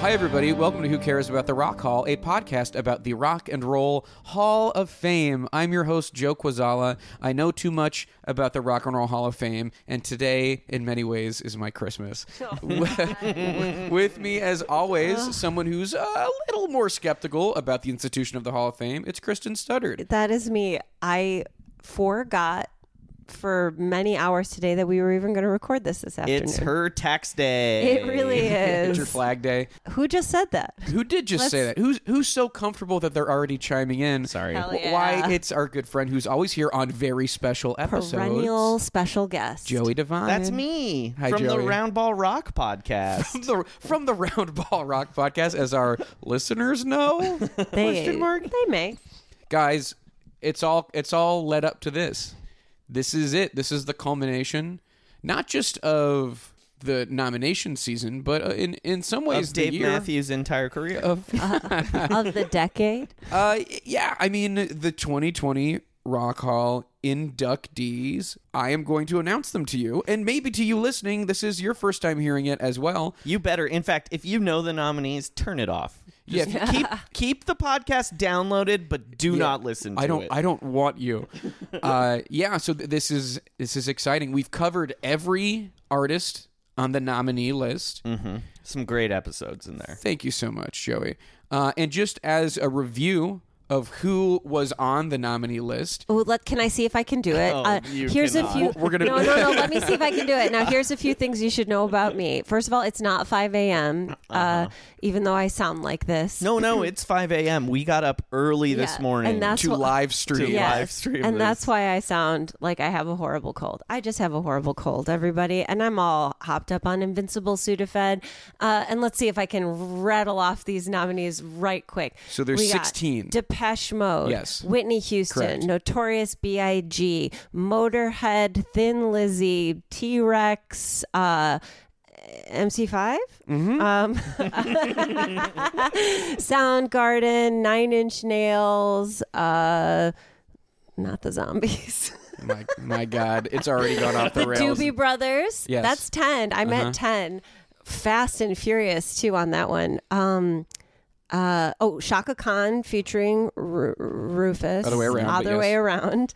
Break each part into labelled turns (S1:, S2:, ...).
S1: Hi, everybody. Welcome to Who Cares About the Rock Hall, a podcast about the Rock and Roll Hall of Fame. I'm your host, Joe Quazala. I know too much about the Rock and Roll Hall of Fame, and today, in many ways, is my Christmas.
S2: Oh,
S1: With me, as always, someone who's a little more skeptical about the institution of the Hall of Fame, it's Kristen Studdard.
S2: That is me. I forgot for many hours today that we were even going to record this this afternoon.
S3: It's her tax day.
S2: It really
S1: It's your
S2: is.
S1: flag day.
S2: Who just said that?
S1: Who did just say that? Who's who's so comfortable that they're already chiming in?
S3: Sorry.
S2: Hell
S1: W-
S2: yeah.
S1: Why it's our good friend who's always here on very special episodes.
S2: Perennial special guest.
S1: Joey Devine.
S3: That's me
S1: Hi,
S3: from the
S1: Joey.
S3: Round Ball Rock podcast.
S1: From the, from the Round Ball Rock podcast, as our listeners know.
S2: They,
S1: Question mark?
S2: They may.
S1: Guys, it's all it's all led up to this. This is it. This is the culmination, not just of the nomination season, but uh, in in some ways
S3: of
S1: the
S3: Dave
S1: year
S3: Matthews' entire career.
S1: of
S2: of the decade.
S1: Uh, yeah, I mean the 2020 Rock Hall inductees. I am going to announce them to you, and maybe to you listening, this is your first time hearing it as well.
S3: you better. In fact, if you know the nominees, turn it off. Just
S1: Yeah.
S3: keep keep the podcast downloaded, but do not listen to
S1: I don't.
S3: it.
S1: I don't want you. uh, yeah. So th- this is this is exciting. We've covered every artist on the nominee list.
S3: Mm. Some great episodes in there.
S1: Thank you so much, Joey. Uh, and just as a review of who was on the nominee list,
S2: Oh, let can I see if I can do it? Uh,
S3: Oh, you
S2: here's
S3: cannot.
S2: a few.
S1: We're gonna-
S2: no, no, no. Let me see if I can do it. Now, here's a few things you should know about me. First of all, it's not 5 a.m.
S3: Uh-huh.
S2: uh even though I sound like this.
S3: No, no, it's 5 a.m. We got up early this
S2: Yeah,
S3: morning.
S2: and that's
S1: to
S2: what-
S1: live stream.
S3: To
S2: Yes.
S3: live stream
S2: And
S3: this.
S2: that's why I sound like I have a horrible cold. I just have a horrible cold, everybody. And I'm all hopped up on Invincible Sudafed. Uh, and let's see if I can rattle off these nominees right quick.
S1: So there's
S2: We got
S1: 16.
S2: Depeche Mode.
S1: Yes.
S2: Whitney Houston.
S1: Correct.
S2: Notorious B.I.G. Motorhead. Thin Lizzy. T Rex. Uh, MC5, um, Soundgarden, Nine Inch Nails, uh, not the zombies.
S1: my, my God, it's already gone off the rails.
S2: Doobie Brothers.
S1: Yes.
S2: That's 10. I'm
S1: Uh-huh.
S2: at 10. Fast and Furious, too, on that one. Um, uh, oh, Shaka Khan featuring Ru Rufus.
S1: Other way around, but
S2: Other
S1: yes.
S2: way around.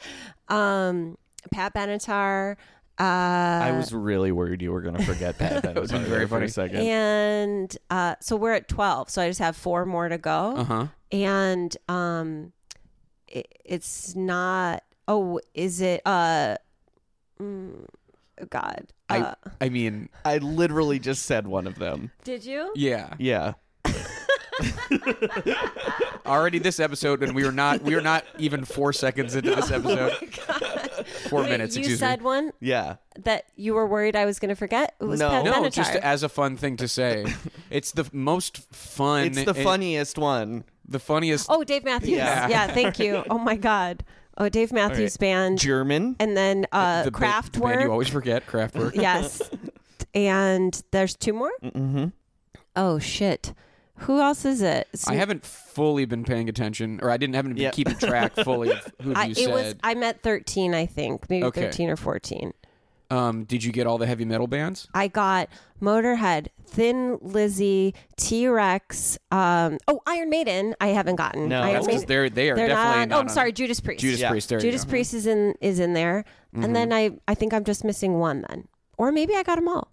S2: Um, Pat Benatar. Uh,
S3: I was really worried you were going to forget that. That was
S1: very
S3: very for
S1: funny.
S3: a second.
S2: and uh, so we're at 12. So I just have four more to go.
S1: Uh huh.
S2: and um it, it's not oh is it uh mm, god
S1: I,
S2: uh,
S1: I mean,
S3: I literally just said one of them.
S2: did you
S1: yeah.
S3: Yeah.
S1: Already this episode, and we are not we are not even four seconds into this episode. Four
S2: Wait,
S1: minutes.
S2: you
S1: excuse
S2: said
S1: me.
S2: one
S3: Yeah.
S2: that you were worried i was gonna forget it was
S3: No.
S2: Pat
S1: Oh, No,
S2: Benatar.
S1: just as a fun thing to say. It's the most fun.
S3: It's the
S1: and
S3: funniest one.
S1: the funniest.
S2: oh dave matthews
S3: Yeah.
S2: yeah. thank you oh my god oh dave matthews band
S3: German.
S2: and then uh
S1: the ba- the band you
S2: Kraftwerk.
S1: always forget Kraftwerk.
S2: yes and there's two more mm-hmm. oh shit who else is it It's
S1: I haven't fully been paying attention, or I didn't haven't been
S3: Yeah.
S1: keeping track fully of who you
S2: I,
S1: said.
S2: it was I'm at 13, I think, maybe
S1: Okay.
S2: 13 or 14.
S1: Um, did you get all the heavy metal bands?
S2: I got Motorhead, Thin Lizzy, T Rex. Um, oh, Iron Maiden. I haven't gotten.
S3: No,
S2: Iron
S3: that's
S1: 'cause they're- they are definitely
S2: Oh,
S1: not on-
S2: I'm sorry, Judas Priest.
S1: Judas
S3: Yeah.
S1: Priest. There you
S2: Judas
S1: go.
S2: Priest is in is in there, and then I I think I'm just missing one then, or maybe I got them all.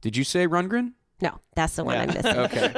S1: Did you say Rundgren?
S2: No, that's the one I'm missing.
S1: Okay.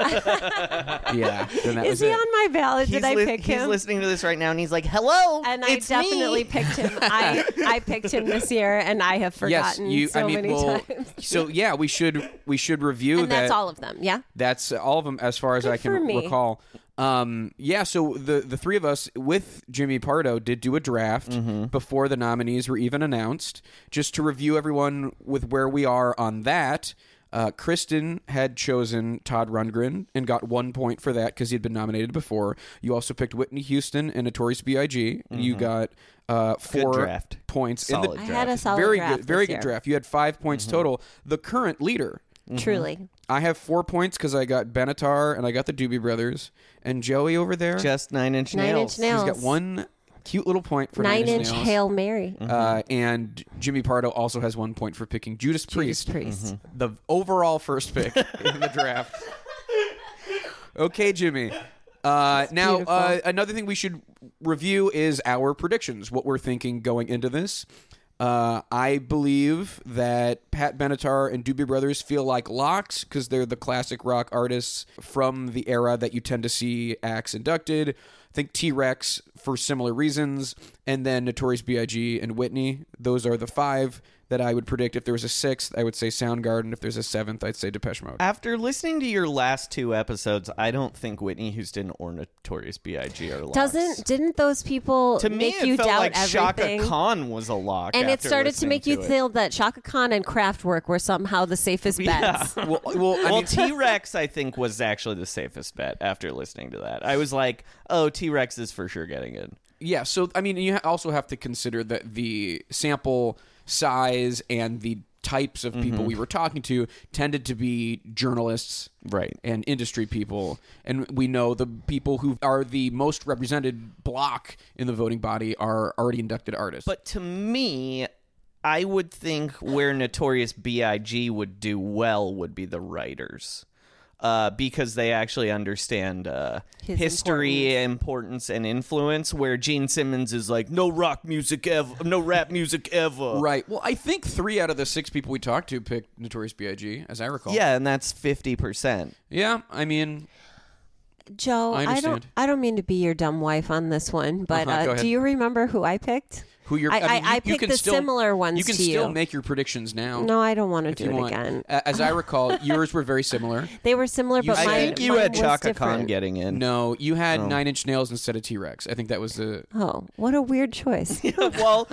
S1: yeah. Then that
S2: Is
S1: was
S2: he
S1: it.
S2: on my ballot? Did I
S3: li-
S2: pick
S3: he's
S2: him?
S3: listening to this right now, and he's like, "Hello,
S2: and I
S3: it's
S2: definitely
S3: me."
S2: picked him. I I picked him this year, and I have
S1: Yes,
S2: forgotten
S1: you.
S2: so
S1: I mean,
S2: many
S1: well,
S2: times.
S1: so Mm-hmm. yeah, we should we should review
S2: And
S1: that.
S2: that's all of them. Yeah.
S1: That's all of them, as far as I
S2: for
S1: can
S2: me.
S1: recall. Um, yeah, so the the three of us with Jimmy Pardo did do a draft
S2: Mm-hmm.
S1: before the nominees were even announced, just to review everyone with where we are on that. Uh, Kristen had chosen Todd Rundgren and got one point for that because he'd been nominated before. You also picked Whitney Houston and Notorious B.I.G. and You got uh, four
S3: draft.
S1: points. And
S3: Solid
S2: Mm-hmm. I had a solid
S1: very
S2: draft
S1: good, very
S2: this
S1: good
S2: year. Mm-hmm.
S1: draft. You had five points total. The current leader
S2: Truly.
S1: I have four points because I got Benatar and I got the Doobie Brothers and Joey over there.
S3: Just nine inch
S2: Nine
S3: nails.
S2: Inch Nails.
S1: he's got one cute little point for
S2: Nine
S1: Nine
S2: inch
S1: Nails.
S2: Hail Mary.
S1: Uh, and Jimmy Pardo also has one point for picking Judas Priest, Mm-hmm.
S2: Priest.
S1: the overall first pick in the draft. Okay, Jimmy. Uh, now, uh, another thing we should review is our predictions, what we're thinking going into this. Uh, I believe that Pat Benatar and Doobie Brothers feel like locks because they're the classic rock artists from the era that you tend to see acts inducted. I think T Rex for similar reasons, and then Notorious B.I.G. and Whitney. Those are the five that I would predict. If there was a sixth, I would say Soundgarden. If there's a seventh, I'd say Depeche Mode.
S3: After listening to your last two episodes, I don't think Whitney Houston or Notorious B.I.G. are locks.
S2: Doesn't didn't those people
S3: to me
S2: make
S3: it
S2: you
S3: felt
S2: doubt
S3: like
S2: everything?
S3: Shaka Khan was a lock,
S2: and it
S3: after
S2: started to
S3: listening
S2: make you
S3: it.
S2: feel that Shaka Khan and Kraftwerk were somehow the safest bets.
S1: well, well, I
S3: Well,
S1: mean-
S3: T Rex, I think, was actually the safest bet after listening to that. I was like, oh, T Rex is for sure getting in.
S1: Yeah, so I mean, you ha- also have to consider that the sample size and the types of people
S3: Mm-hmm.
S1: we were talking to tended to be journalists,
S3: Right.
S1: and industry people, and we know the people who are the most represented block in the voting body are already inducted artists.
S3: But to me, I would think where Notorious B.I.G. would do well would be the writers. Uh, because they actually understand uh,
S2: His
S3: history, importance. and influence. Where Gene Simmons is like, no rock music ever, no rap music ever.
S1: right, well, I think three out of the six people we talked to picked Notorious B.I.G. as I recall.
S3: Yeah, and that's fifty percent.
S1: yeah. I mean,
S2: Joe,
S1: I
S2: I, don't
S1: understand.
S2: I don't mean to be your dumb wife on this one, but
S1: Uh-huh, go
S2: uh,
S1: ahead.
S2: do you remember who I picked?
S1: who you're?
S2: I,
S1: mean,
S2: I,
S1: you-
S2: I
S1: you
S2: picked
S1: can
S2: the
S1: still-
S2: similar ones
S1: You can
S2: to
S1: still
S2: you.
S1: make your predictions now.
S2: no, I don't want to
S1: if
S2: do
S1: you
S2: it
S1: want. Uh,
S2: again.
S1: A- As I recall, yours were very similar.
S2: They were similar, but
S1: I
S2: mine,
S1: think
S3: you
S2: mine
S3: had
S2: was
S3: Chaka
S2: different.
S3: Khan getting in.
S1: No, you had nine inch nails instead of T Rex. I think that was the.
S2: Oh, what a weird choice.
S3: well,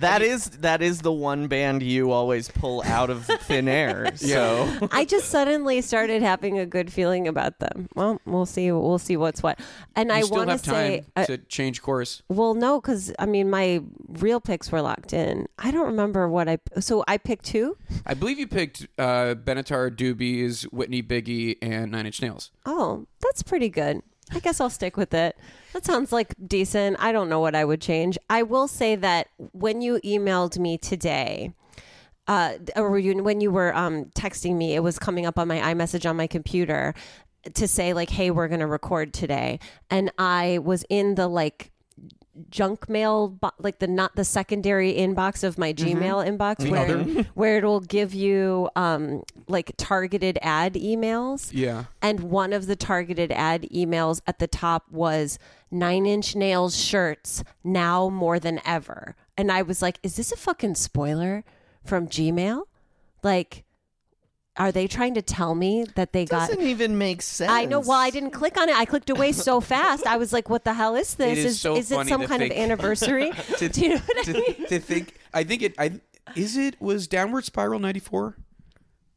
S3: that is that is the one band you always pull out of thin air. So
S2: I just suddenly started having a good feeling about them. Well, we'll see. We'll see what's what. And I
S1: you still
S2: want
S1: have
S2: say,
S1: time
S2: uh,
S1: to change course.
S2: well, no, because I mean, my real picks were locked in. I don't remember what I. So I picked two.
S1: I believe you picked uh, Benatar, Doobies, Whitney, Biggie, and Nine Inch Nails.
S2: Oh, that's pretty good. I guess I'll stick with it. That sounds like decent. I don't know what I would change. I will say that when you emailed me today, uh, or you, when you were um, texting me, it was coming up on my iMessage on my computer to say like, "Hey, we're going to record today," and I was in the like junk mail bo- like the not the secondary inbox of my gmail inbox where, where it'll give you um like targeted ad emails
S1: Yeah.
S2: and one of the targeted ad emails at the top was nine inch nails shirts now more than ever and i was like is this a fucking spoiler from gmail like are they trying to tell me that they got
S3: doesn't even make sense.
S2: I know. Well, I didn't click on it. I clicked away so fast. I was like, "What the hell is this?
S1: It is so
S2: it
S1: funny
S2: some
S1: to
S2: kind of
S1: think-
S2: anniversary?" Do you know what I mean?
S1: to, to think, I think it. I is it was Downward Spiral ninety four.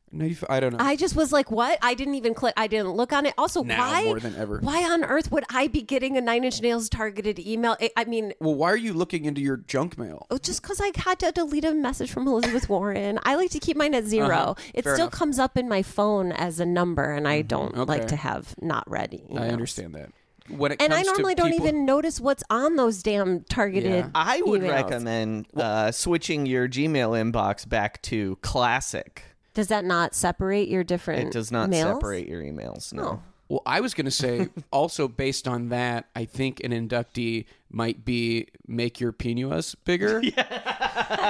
S1: Ninety five. I don't know.
S2: I just was like, "What?" I didn't even click. I didn't look on it. Also,
S1: Now
S2: why
S1: more than ever.
S2: Why on earth would I be getting a Nine Inch Nails targeted email? I, I mean,
S1: well, why are you looking into your junk mail?
S2: oh, just because I had to delete a message from Elizabeth Warren. I like to keep mine at 0 It
S1: Uh-huh. Fair
S2: still
S1: enough. Mm-hmm.
S2: comes up in my phone as a number, and I don't
S1: Okay.
S2: like to have not read. Emails.
S1: I understand that. when it
S2: and I
S1: comes
S2: normally
S1: to
S2: don't
S1: people-
S2: even notice what's on those damn targeted.
S1: Yeah.
S3: I would
S2: emails.
S3: recommend uh, switching your Gmail inbox back to classic.
S2: Does that not separate your different?
S3: It does not
S2: Mm, mails? Oh.
S3: separate your emails. No.
S1: Well, I was going to say also based on that, I think an inductee might be make your pinuas bigger.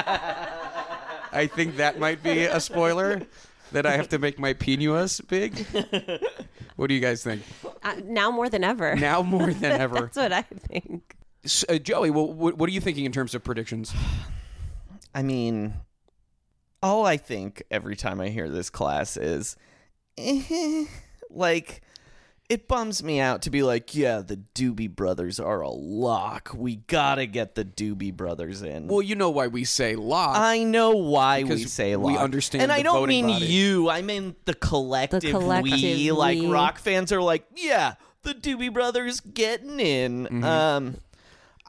S1: I think that might be a spoiler that I have to make my pinuas big. What do you guys think?
S2: Uh, now more than ever.
S1: Now more than ever.
S2: That's what I think.
S1: S uh, Joey, well, what, what are you thinking in terms of predictions?
S3: I mean, all I think every time I hear this class is, eh, like, it bums me out to be like, yeah, the Doobie Brothers are a lock. We gotta get the Doobie Brothers in.
S1: Well, you know why we say lock.
S3: I know why we
S1: Because
S3: say
S1: we
S3: lock.
S1: understand
S3: and
S1: the
S3: I don't
S1: voting
S3: mean
S1: body.
S3: you. I mean the collective,
S2: collective
S3: we. Like
S2: we.
S3: rock fans are like, yeah, the Doobie Brothers getting in.
S1: Mm-hmm.
S3: Um,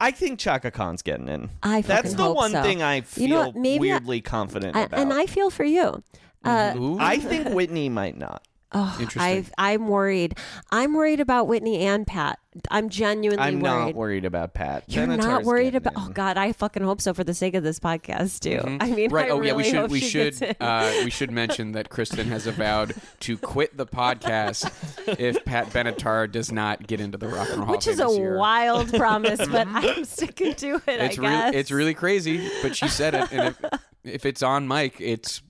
S3: I think Chaka Khan's getting in.
S2: I
S3: That's
S2: fucking
S3: the
S2: hope
S3: one
S2: so.
S3: thing I feel
S2: You know what? Maybe I-
S3: weirdly confident
S2: I,
S3: about.
S2: and I feel for you. Uh,
S3: I think Whitney might not.
S1: Mm-hmm. Interesting.
S2: I I'm worried. I'm worried about Whitney and Pat. I'm genuinely
S3: I'm
S2: worried.
S3: not worried about Pat.
S2: You're
S3: Benatar's
S2: not worried
S3: getting
S2: about.
S3: in.
S2: Oh God, I fucking hope so for the sake of this podcast too. I mean,
S1: right.
S2: I
S1: oh
S2: really
S1: yeah, we
S2: hope
S1: should we
S2: she gets
S1: should
S2: in.
S1: uh, we should mention that Kristen has avowed to quit the podcast if Pat Benatar does not get into the Rock and Roll Hall of
S2: which is
S1: Fame
S2: a
S1: this year. Mm-hmm.
S2: wild promise, but I'm sticking to it.
S1: It's
S2: I
S1: really
S2: guess
S1: it's really crazy, but she said it, and if, if it's on mic, it's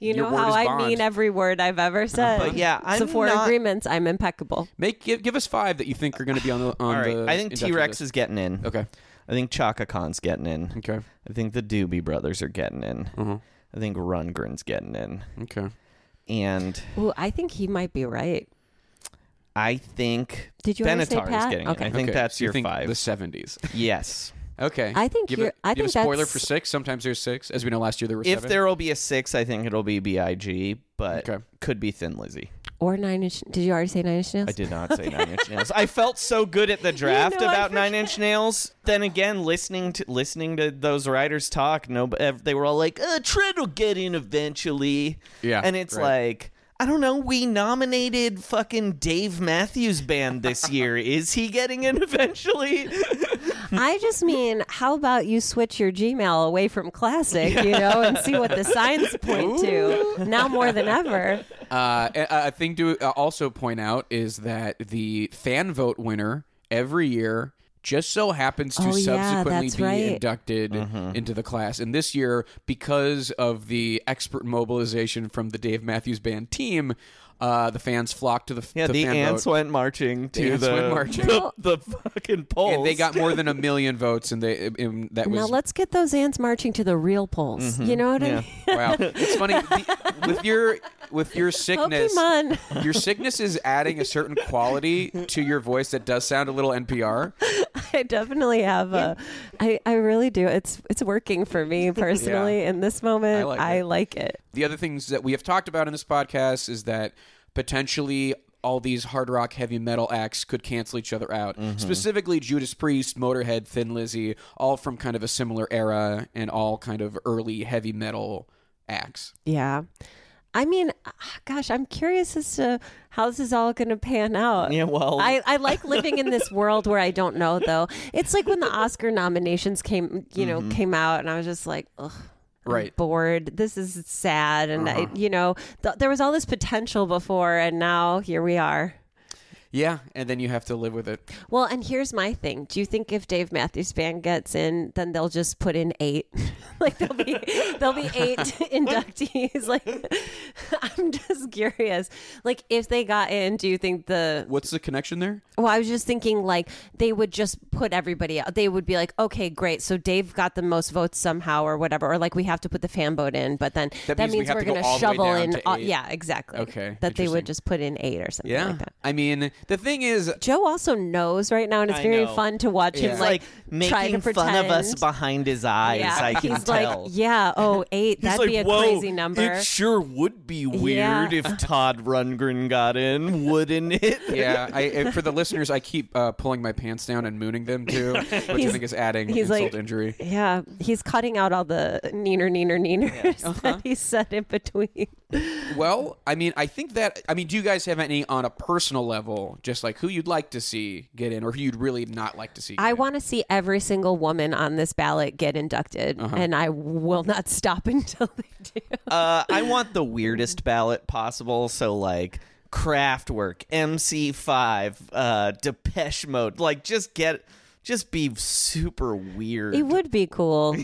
S2: You
S1: your
S2: know
S1: word
S2: how
S1: is
S2: I
S1: bond. Uh-huh.
S2: mean every word I've ever said.
S3: But yeah, I'm
S2: so for
S3: not-
S2: agreements, I'm impeccable.
S1: make give, give us five that you think are going to be on the on
S3: All right.
S1: the.
S3: I think
S1: induction
S3: T Rex
S1: list.
S3: is getting in.
S1: okay.
S3: I think Chaka Khan's getting in.
S1: Okay. uh-huh,
S3: I think the Doobie Brothers are getting in. I think Rundgren's getting in.
S1: Okay.
S3: And
S2: Ooh, I think he might be right.
S3: I think
S2: Did you already say
S3: Benatar is
S2: Pat?
S3: getting
S2: Okay.
S3: in. I think
S1: Okay,
S3: that's
S1: so you
S3: your
S1: think
S3: five.
S1: The seventies.
S3: yes.
S1: Okay.
S2: I think
S1: give
S2: you're-
S1: a,
S2: I
S1: give
S2: think
S1: a spoiler for
S2: that's-
S1: six. Sometimes there's six, as we know. Last year there were
S3: If
S1: seven.
S3: there will be a six, I think it'll be Big, but
S1: Okay.
S3: could be Thin Lizzy.
S2: Or Nine Inch. Did you already say Nine Inch Nails?
S3: I did not say Nine Inch Nails. I felt so good at the draft
S2: know, I
S3: about Nine Inch Nails. Then again, listening to listening to those writers talk, no, ev- they were all like, uh, "Trent will get in eventually."
S1: Yeah,
S3: and it's
S1: right.
S3: like. I don't know. We nominated fucking Dave Matthews Band this year. Is he getting in eventually?
S2: I just mean, how about you switch your Gmail away from classic, you know, and see what the signs point to now more than ever.
S1: Uh, a, a thing to uh, also point out is that the fan vote winner every year just so happens to
S2: Oh, yeah,
S1: subsequently
S2: that's
S1: be
S2: right.
S1: inducted
S3: Mm-hmm.
S1: into the class. And this year, because of the expert mobilization from the Dave Matthews Band team, uh, the fans flocked to the
S3: Yeah,
S1: to
S3: the
S1: fan
S3: ants
S1: vote.
S3: went marching to
S1: ants
S3: the,
S1: went marching.
S3: the the fucking polls.
S1: And they got more than a million votes, and they and that was Mm-hmm.
S2: Now let's get those ants marching to the real polls. You know what I mean?
S1: Wow, it's funny the, with your with your sickness.
S2: Pokemon.
S1: Your sickness is adding a certain quality to your voice that does sound a little NPR.
S2: I definitely have a. I, I really do. It's it's working for me personally in this moment.
S1: I like
S2: I
S1: it.
S2: like it.
S1: The other things that we have talked about in this podcast is that potentially all these hard rock heavy metal acts could cancel each other out. Specifically Judas Priest, Motorhead, Thin Lizzy, all from kind of a similar era and all kind of early heavy metal acts.
S2: Yeah. I mean, ah, gosh, I'm curious as to how this is all going to pan out.
S3: Yeah, well-
S2: I, I like living in this world where I don't know, though. It's like when the Oscar nominations came, you know,
S1: Mm-hmm.
S2: came out, and I was just like, ugh. I'm
S1: Right.
S2: bored. This is sad, and I, you know, th- there was all this potential before, and now here we are.
S1: Yeah, and then you have to live with it.
S2: Well, and here's my thing. Do you think if Dave Matthews Band gets in, then they'll just put in eight? like there'll be there'll be eight inductees. Like I'm just curious. Like if they got in, do you think the
S1: What's the connection there?
S2: well, I was just thinking like they would just put everybody out. They would be like, okay, great. So Dave got the most votes somehow or whatever, or like we have to put the fan vote in, but then
S1: That
S2: that,
S1: means we
S2: means,
S1: have
S2: we are
S1: to go
S2: gonna
S1: all the way
S2: shovel
S1: down
S2: in
S1: to
S2: all-
S1: eight.
S2: yeah, exactly.
S1: Okay,
S2: That they
S1: interesting.
S2: would just put in eight or something
S1: Yeah.
S2: like that.
S1: I mean, the thing is
S2: Joe also knows right now, and it's
S3: I
S2: very
S3: know.
S2: fun to watch him
S3: He's
S2: like,
S3: like,
S2: try to
S3: making
S2: pretend.
S3: fun of us behind his eyes.
S2: yeah,
S3: I can
S2: he's
S3: tell.
S2: like, yeah, oh eight, that'd be a crazy number.
S3: It sure would be
S2: Yeah.
S3: weird if Todd Rundgren got in, wouldn't it?
S1: yeah, I, and for the listeners, I keep uh, pulling my pants down and mooning them too, which I
S2: He's-
S1: think is adding
S2: he's
S1: insult
S2: like-
S1: to injury.
S3: Uh-huh.
S2: yeah, he's cutting out all the neener, neener, neeners that he said in between.
S1: Well, I mean, I think that I mean, do you guys have any on a personal level, just like who you'd like to see get in, or who you'd really not like to see? Get
S2: I
S1: in?
S2: want to see every single woman on this ballot get inducted,
S3: Uh-huh.
S2: and I will not stop until they do.
S3: Uh, I want the weirdest ballot possible. So like Kraftwerk, MC5, uh, Depeche Mode. Like just get, just be super weird.
S2: It would be cool.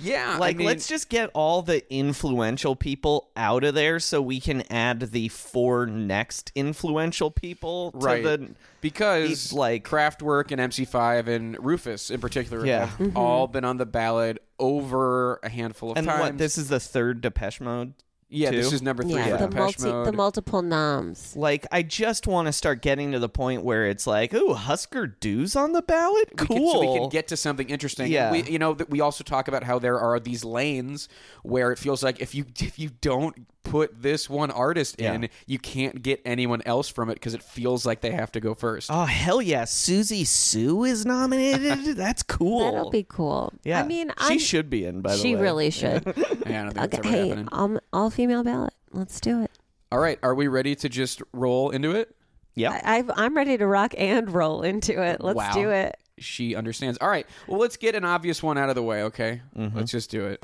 S1: Yeah,
S3: like
S1: I mean,
S3: let's just get all the influential people out of there so we can add the four next influential people
S1: right
S3: to the
S1: because
S3: the, like-
S1: Kraftwerk and MC5 and Rufus in particular
S3: Yeah. Mm-hmm.
S1: have all been on the ballot over a handful of
S3: and
S1: times.
S3: what this is the third Depeche Mode.
S1: yeah, this
S3: two?
S1: is number three.
S2: Yeah,
S1: for
S2: the
S1: Depeche
S2: multi,
S1: Mode.
S2: the multiple noms.
S3: Like I just want to start getting to the point where it's like, ooh, Husker Du's on the ballot. Cool.
S1: can- so we can get to something interesting.
S3: Yeah.
S1: We, you know, that we also talk about how there are these lanes where it feels like if you if you don't put this one artist in,
S3: Yeah.
S1: you can't get anyone else from it because it feels like they have to go first.
S3: Oh hell yeah! Susie Sue is nominated. That's cool.
S2: That'll be cool.
S3: yeah.
S2: I mean,
S3: she
S2: I'm,
S3: should be in. By the
S2: She
S3: way,
S2: really should.
S1: Yeah, I don't think that's ever
S2: okay, hey,
S1: happening.
S2: all, all female ballot. Let's do it.
S1: All right, are we ready to just roll into it?
S3: Yep.
S2: I, I've, I'm ready to rock and roll into it. Let's
S1: Wow.
S2: do it.
S1: She understands. All right, well, let's get an obvious one out of the way. Okay,
S3: Mm-hmm.
S1: let's just do it.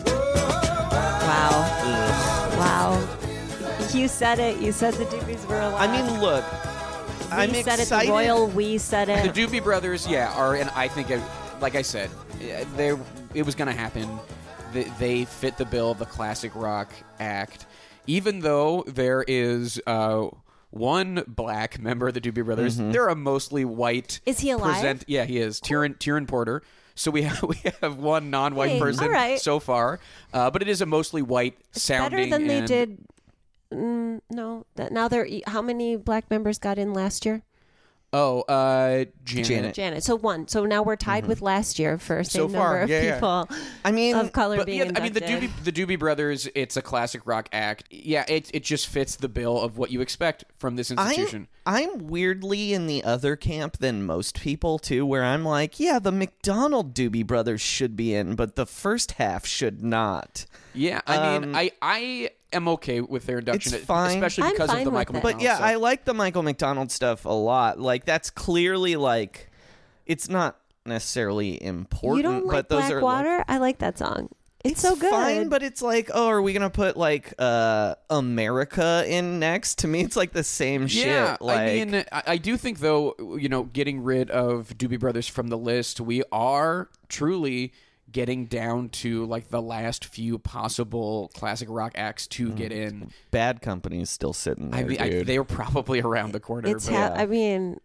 S2: Wow. Wow. You said it. You said the doobies were alive.
S3: I mean, look. I'm
S2: we said
S3: excited.
S2: it. The royal we said
S1: The
S2: it.
S1: Doobie Brothers, yeah, are and I think, uh, like I said, yeah, they it was going to happen. They, they fit the bill of the classic rock act, even though there is uh, one black member of the Doobie Brothers. They're a mostly white.
S2: Is he alive?
S1: yeah, he is. Tyrion Tyrion Porter. So we have we have one non-white
S2: Hey,
S1: person
S2: all right.
S1: so far, uh, but it is a mostly white
S2: Better
S1: sounding.
S2: than they
S1: and-
S2: did. Mm, no, that now they're e, how many black members got in last year?
S1: Oh, uh, Janet.
S3: Janet.
S2: Janet. So one. So now we're tied with last year for same
S1: Mm-hmm. So
S2: number
S1: far,
S2: of
S1: yeah, yeah.
S2: people
S3: I mean,
S2: of color
S1: But
S2: being
S1: yeah, I mean the
S2: inducted.
S1: Doobie the Doobie Brothers. It's a classic rock act. Yeah, it it just fits the bill of what you expect from this
S3: I'm,
S1: institution.
S3: I'm weirdly in the other camp than most people too, where I'm like, yeah, the McDonald Doobie Brothers should be in, but the first half should not.
S1: yeah, I mean, I I am okay with their induction,
S3: um, it's fine.
S1: especially
S2: I'm
S1: because
S2: fine
S1: of the
S2: with
S1: Michael.
S2: it.
S3: But
S1: McDonald
S3: yeah,
S1: stuff.
S3: I like the Michael McDonald stuff a lot. Like that's clearly like, it's not necessarily important.
S2: You don't like
S3: but those are like-
S2: Blackwater? I like that song. It's, so good.
S3: Fine, but it's like, oh, are we gonna put like uh America in next? To me, it's like the same
S1: Yeah,
S3: shit. Like,
S1: I mean, I, I do think though, you know, getting rid of Doobie Brothers from the list, we are truly getting down to like the last few possible classic rock acts to get in.
S3: bad companies still sitting Mm, there,
S1: I mean, I,
S3: dude.
S1: they were probably around the corner.
S2: it's
S1: but-
S2: how I mean,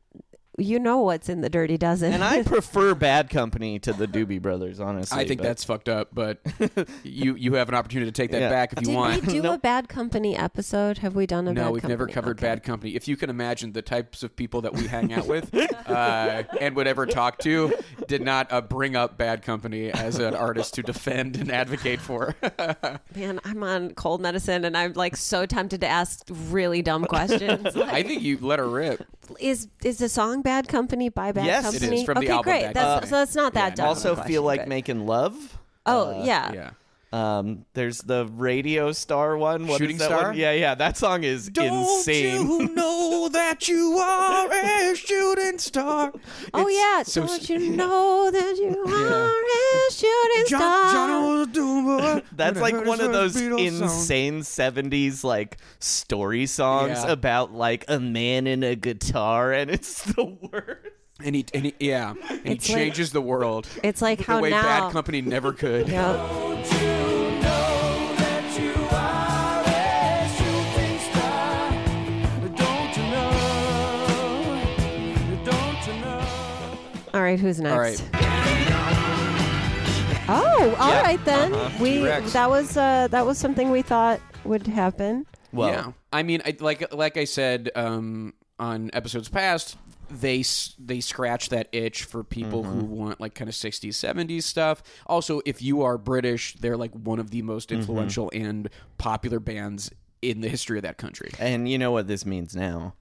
S2: you know what's in the Dirty Dozen.
S3: and I prefer Bad Company to the Doobie Brothers, honestly.
S1: I think
S3: but-
S1: that's fucked up, but you you have an opportunity to take that
S3: Yeah.
S1: back if you
S2: Did we
S1: want.
S2: do a Bad Company episode? Have we done a Bad
S1: No, we've never
S2: Company?
S1: covered
S2: Okay.
S1: bad company. If you can imagine the types of people that we hang out with uh, and would ever talk to, did not uh, bring up bad company as an artist to defend and advocate for.
S2: Man, I'm on cold medicine and I'm like so tempted to ask really dumb questions. Like,
S1: I think you let her rip.
S2: is is the song Bad Company by Bad
S3: Yes, it is,
S2: Company?
S1: from the
S2: okay,
S1: album
S2: great.
S1: Bad
S2: that's,
S1: Company.
S2: So that's not that dumb. of a
S3: also
S2: question,
S3: feel like uh,
S2: but-
S3: making love.
S2: Oh, yeah.
S1: Yeah.
S3: Um, there's the Radio Star one. What is
S1: Shooting
S3: that
S1: Star?
S3: one? Yeah, yeah. That song is insane.
S1: you know that you are a shooting star?
S2: Oh, yeah.
S1: so
S2: Don't you know that you are a shooting star?
S3: That's like one of those insane 70s like story songs
S1: Yeah.
S3: about like a man and a guitar and it's the worst.
S1: And he, and he yeah, and he
S2: It's like-
S1: changes the world.
S2: It's like
S1: the
S2: how
S1: way
S2: now.
S1: Bad Company never could.
S2: Yep. All right, who's next?
S1: All right.
S2: Oh, all right then.
S1: Uh-huh.
S2: We
S1: T-Rex.
S2: that was uh, that was something we thought would happen.
S3: Well,
S1: yeah. I mean, I, like like I said um, on episodes past, they s- they scratch that itch for people who want like kind of 60s, 70s stuff. Also, if you are British, they're like one of the most influential and popular bands in the history of that country.
S3: and you know what this means now.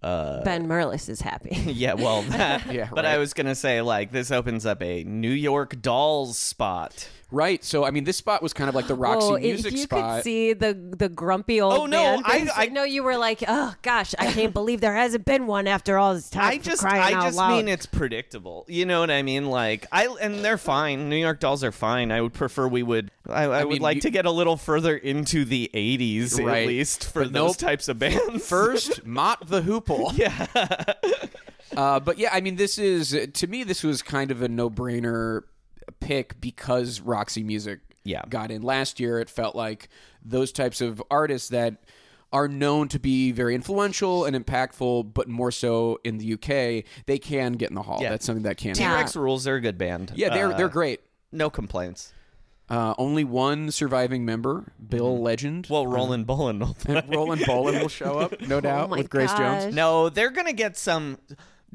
S2: ben Merlis is happy.
S3: Yeah, well, that,
S1: Yeah,
S3: but
S1: right.
S3: I was going to say like this opens up a New York Dolls spot.
S1: Right. So I mean, this spot was kind of like the Roxy
S2: oh,
S1: music
S2: if you
S1: spot.
S2: could see the the grumpy old
S3: Oh, no,
S2: man.
S3: I-
S2: face,
S3: I-
S2: know you were like, oh gosh, I can't believe there hasn't been one after all this time.
S3: I
S2: for
S3: just
S2: crying
S3: I
S2: out
S3: just
S2: loud.
S3: mean it's predictable. You know what I mean? Like I and they're fine. New York dolls are fine. I would prefer we would I, I, would
S1: mean,
S3: like
S1: you-
S3: to get a little further into the eighties
S1: Right.
S3: at least for
S1: But
S3: those
S1: nope.
S3: types of bands.
S1: First, Mott the Hoople. Yeah. uh, but yeah, I mean, this is to me, this was kind of a no-brainer pick because Roxy Music
S3: Yeah.
S1: got in last year. It felt like those types of artists that are known to be very influential and impactful, but more so in the UK, they can get in the hall.
S3: Yeah.
S1: That's something that can.
S3: T Rex rules, they're a good band.
S1: Yeah, they're
S3: Uh,
S1: they're great.
S3: no complaints.
S1: Uh, only one surviving member, Bill Legend.
S3: mm-hmm. Well, Roland Bolin will play.
S1: Roland Bolin will show up, no doubt,
S2: Oh my
S1: with Grace Jones.
S2: gosh.
S3: No, they're gonna get some.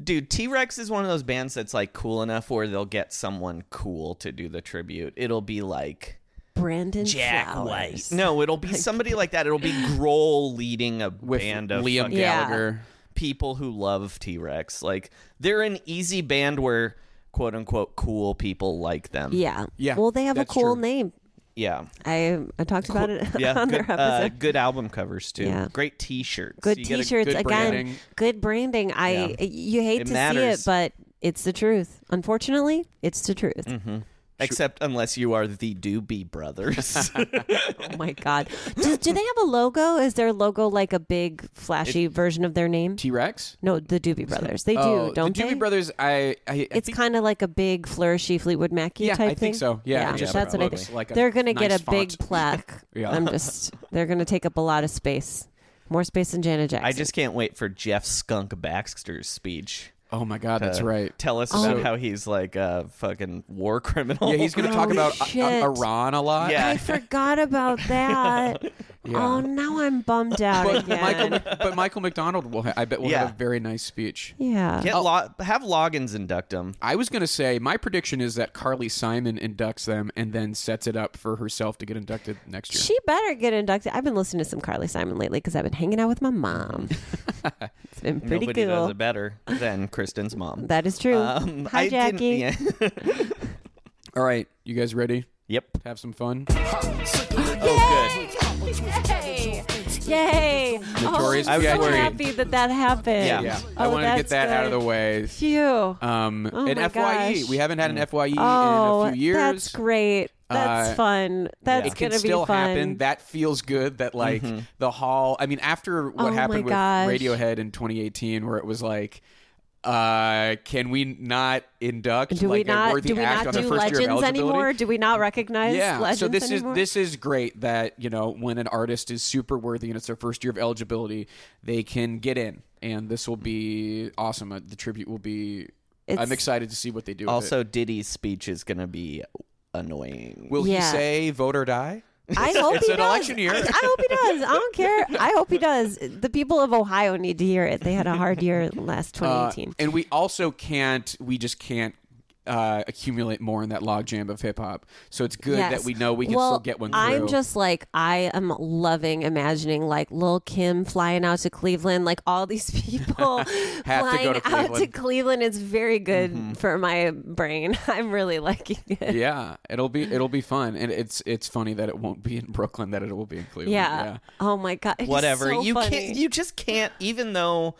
S3: Dude, T Rex is one of those bands that's like cool enough where they'll get someone cool to do the tribute. It'll be like
S2: Brandon
S3: Jack
S2: Flowers.
S3: White. No, it'll be somebody like that. It'll be Grohl leading a
S1: With
S3: band of
S1: Liam
S3: fucking
S2: Yeah.
S1: Gallagher.
S3: people who love T Rex. Like they're an easy band where quote unquote cool people like them.
S2: Yeah.
S1: Yeah,
S2: Well, they have a
S1: that's
S2: cool
S1: true.
S2: name.
S3: Yeah.
S2: I I talked about it
S3: Yeah.
S2: on
S3: good,
S2: their
S3: uh,
S2: episode.
S3: good album covers too.
S2: Yeah.
S3: Great t shirts.
S2: good T-shirts
S1: good
S2: again.
S1: branding.
S2: Good branding. I you hate
S3: It
S2: to see
S3: matters.
S2: it, but it's the truth. Unfortunately, it's the truth.
S3: Mm-hmm. Except unless you are the Doobie Brothers.
S2: Oh my god. Do, do they have a logo? Is their logo like a big flashy version of their name?
S1: T Rex?
S2: No, the Doobie Brothers. They do,
S1: oh,
S2: don't
S1: the Doobie
S2: they?
S1: Brothers, I, I, I
S2: it's
S1: think,
S2: kind of like a big flourishy Fleetwood Mac
S1: Yeah,
S2: type
S1: I
S2: thing.
S1: think so. Yeah, it just
S2: that's what I
S1: looks
S2: think.
S1: like a
S2: they're gonna get
S1: nice
S2: a big
S1: font.
S2: plaque.
S1: Yeah.
S2: I'm just. They're gonna take up a lot of space, more space than Janet Jackson.
S3: I just can't wait for Jeff Skunk Baxter's speech.
S1: Oh my god, that's
S3: to
S1: right. Oh.
S3: Tell us about how he's like a fucking war criminal.
S1: Yeah, he's going to
S2: Oh,
S1: talk about uh,
S2: shit.
S1: uh, Iran a lot.
S3: Yeah.
S2: I forgot about that. Oh, now I'm bummed out
S1: But
S2: again.
S1: Michael, Mc- but Michael McDonald will. Ha- I bet will
S3: Yeah.
S1: have a very nice speech.
S2: yeah.
S1: Oh.
S3: Get Lo- have Loggins induct him.
S1: I was going to say my prediction is that Carly Simon inducts them and then sets it up for herself to get inducted next year.
S2: She better get inducted. I've been listening to some Carly Simon lately because I've been hanging out with my mom. it's been pretty
S3: Nobody does
S2: cool.
S3: it better than Kristen's mom.
S2: That is true.
S3: Um,
S2: Hi,
S3: I didn't-
S2: Jackie.
S3: yeah.
S1: All right, you guys ready?
S3: yep.
S1: Have some fun.
S3: Oh,
S2: Yay! Yay!
S1: Notorious
S2: oh, I'm
S3: I was
S2: so
S3: worried.
S2: happy that that happened.
S3: Yeah.
S1: Yeah,
S2: Oh,
S1: I wanted to
S2: that's
S1: get that out of the
S2: good.
S1: way.
S2: Phew.
S1: Um,
S2: Oh
S1: an FYE.
S2: my gosh.
S1: We haven't had an FYE
S2: oh,
S1: in a few years.
S2: that's great. That's
S1: Uh,
S2: fun. That's
S1: it can
S2: gonna
S1: still
S2: be fun.
S1: happen. That feels good. That like the hall. I mean, after
S2: Oh
S1: what
S2: my
S1: happened with
S2: gosh.
S1: Radiohead in 2018, where it was like, uh, can we not induct
S2: do
S1: like
S2: we
S1: a
S2: not?
S1: worthy
S2: Do we
S1: act
S2: not
S1: on
S2: do
S1: the first year of
S2: legends
S1: eligibility?
S2: anymore? Do we not recognize
S1: Yeah.
S2: legends
S1: so this
S2: anymore?
S1: is this is great that you know when an artist is super worthy and it's their first year of eligibility, they can get in, and this will be awesome. Uh, The tribute will be.
S2: It's-
S1: I'm excited to see what they do. with it.
S3: Also, Diddy's speech is going to be annoying.
S1: will he
S2: Yeah.
S1: say "vote or die"?
S2: I hope
S1: It's
S2: he
S1: an
S2: does.
S1: election year.
S2: I hope he does. I don't care. I hope he does. The people of Ohio need to hear it. They had a hard year last
S1: Uh,
S2: 2018.
S1: and we also can't. We just can't uh, accumulate more in that logjam of hip hop. So it's good
S2: Yes.
S1: that we know we can
S2: well,
S1: still get one through.
S2: I'm just like I am loving imagining like Lil Kim flying out to Cleveland, like all these people
S1: Have to
S2: flying
S1: go to
S2: out to
S1: Cleveland. Mm-hmm.
S2: Cleveland. It's very good for my brain. I'm really liking it.
S1: yeah, it'll be it'll be fun, and it's it's funny that it won't be in Brooklyn, that it will be in
S2: Yeah.
S1: Cleveland.
S2: Oh my god. It's
S3: Whatever.
S2: so
S3: you
S2: funny.
S3: can't. You just can't. Even though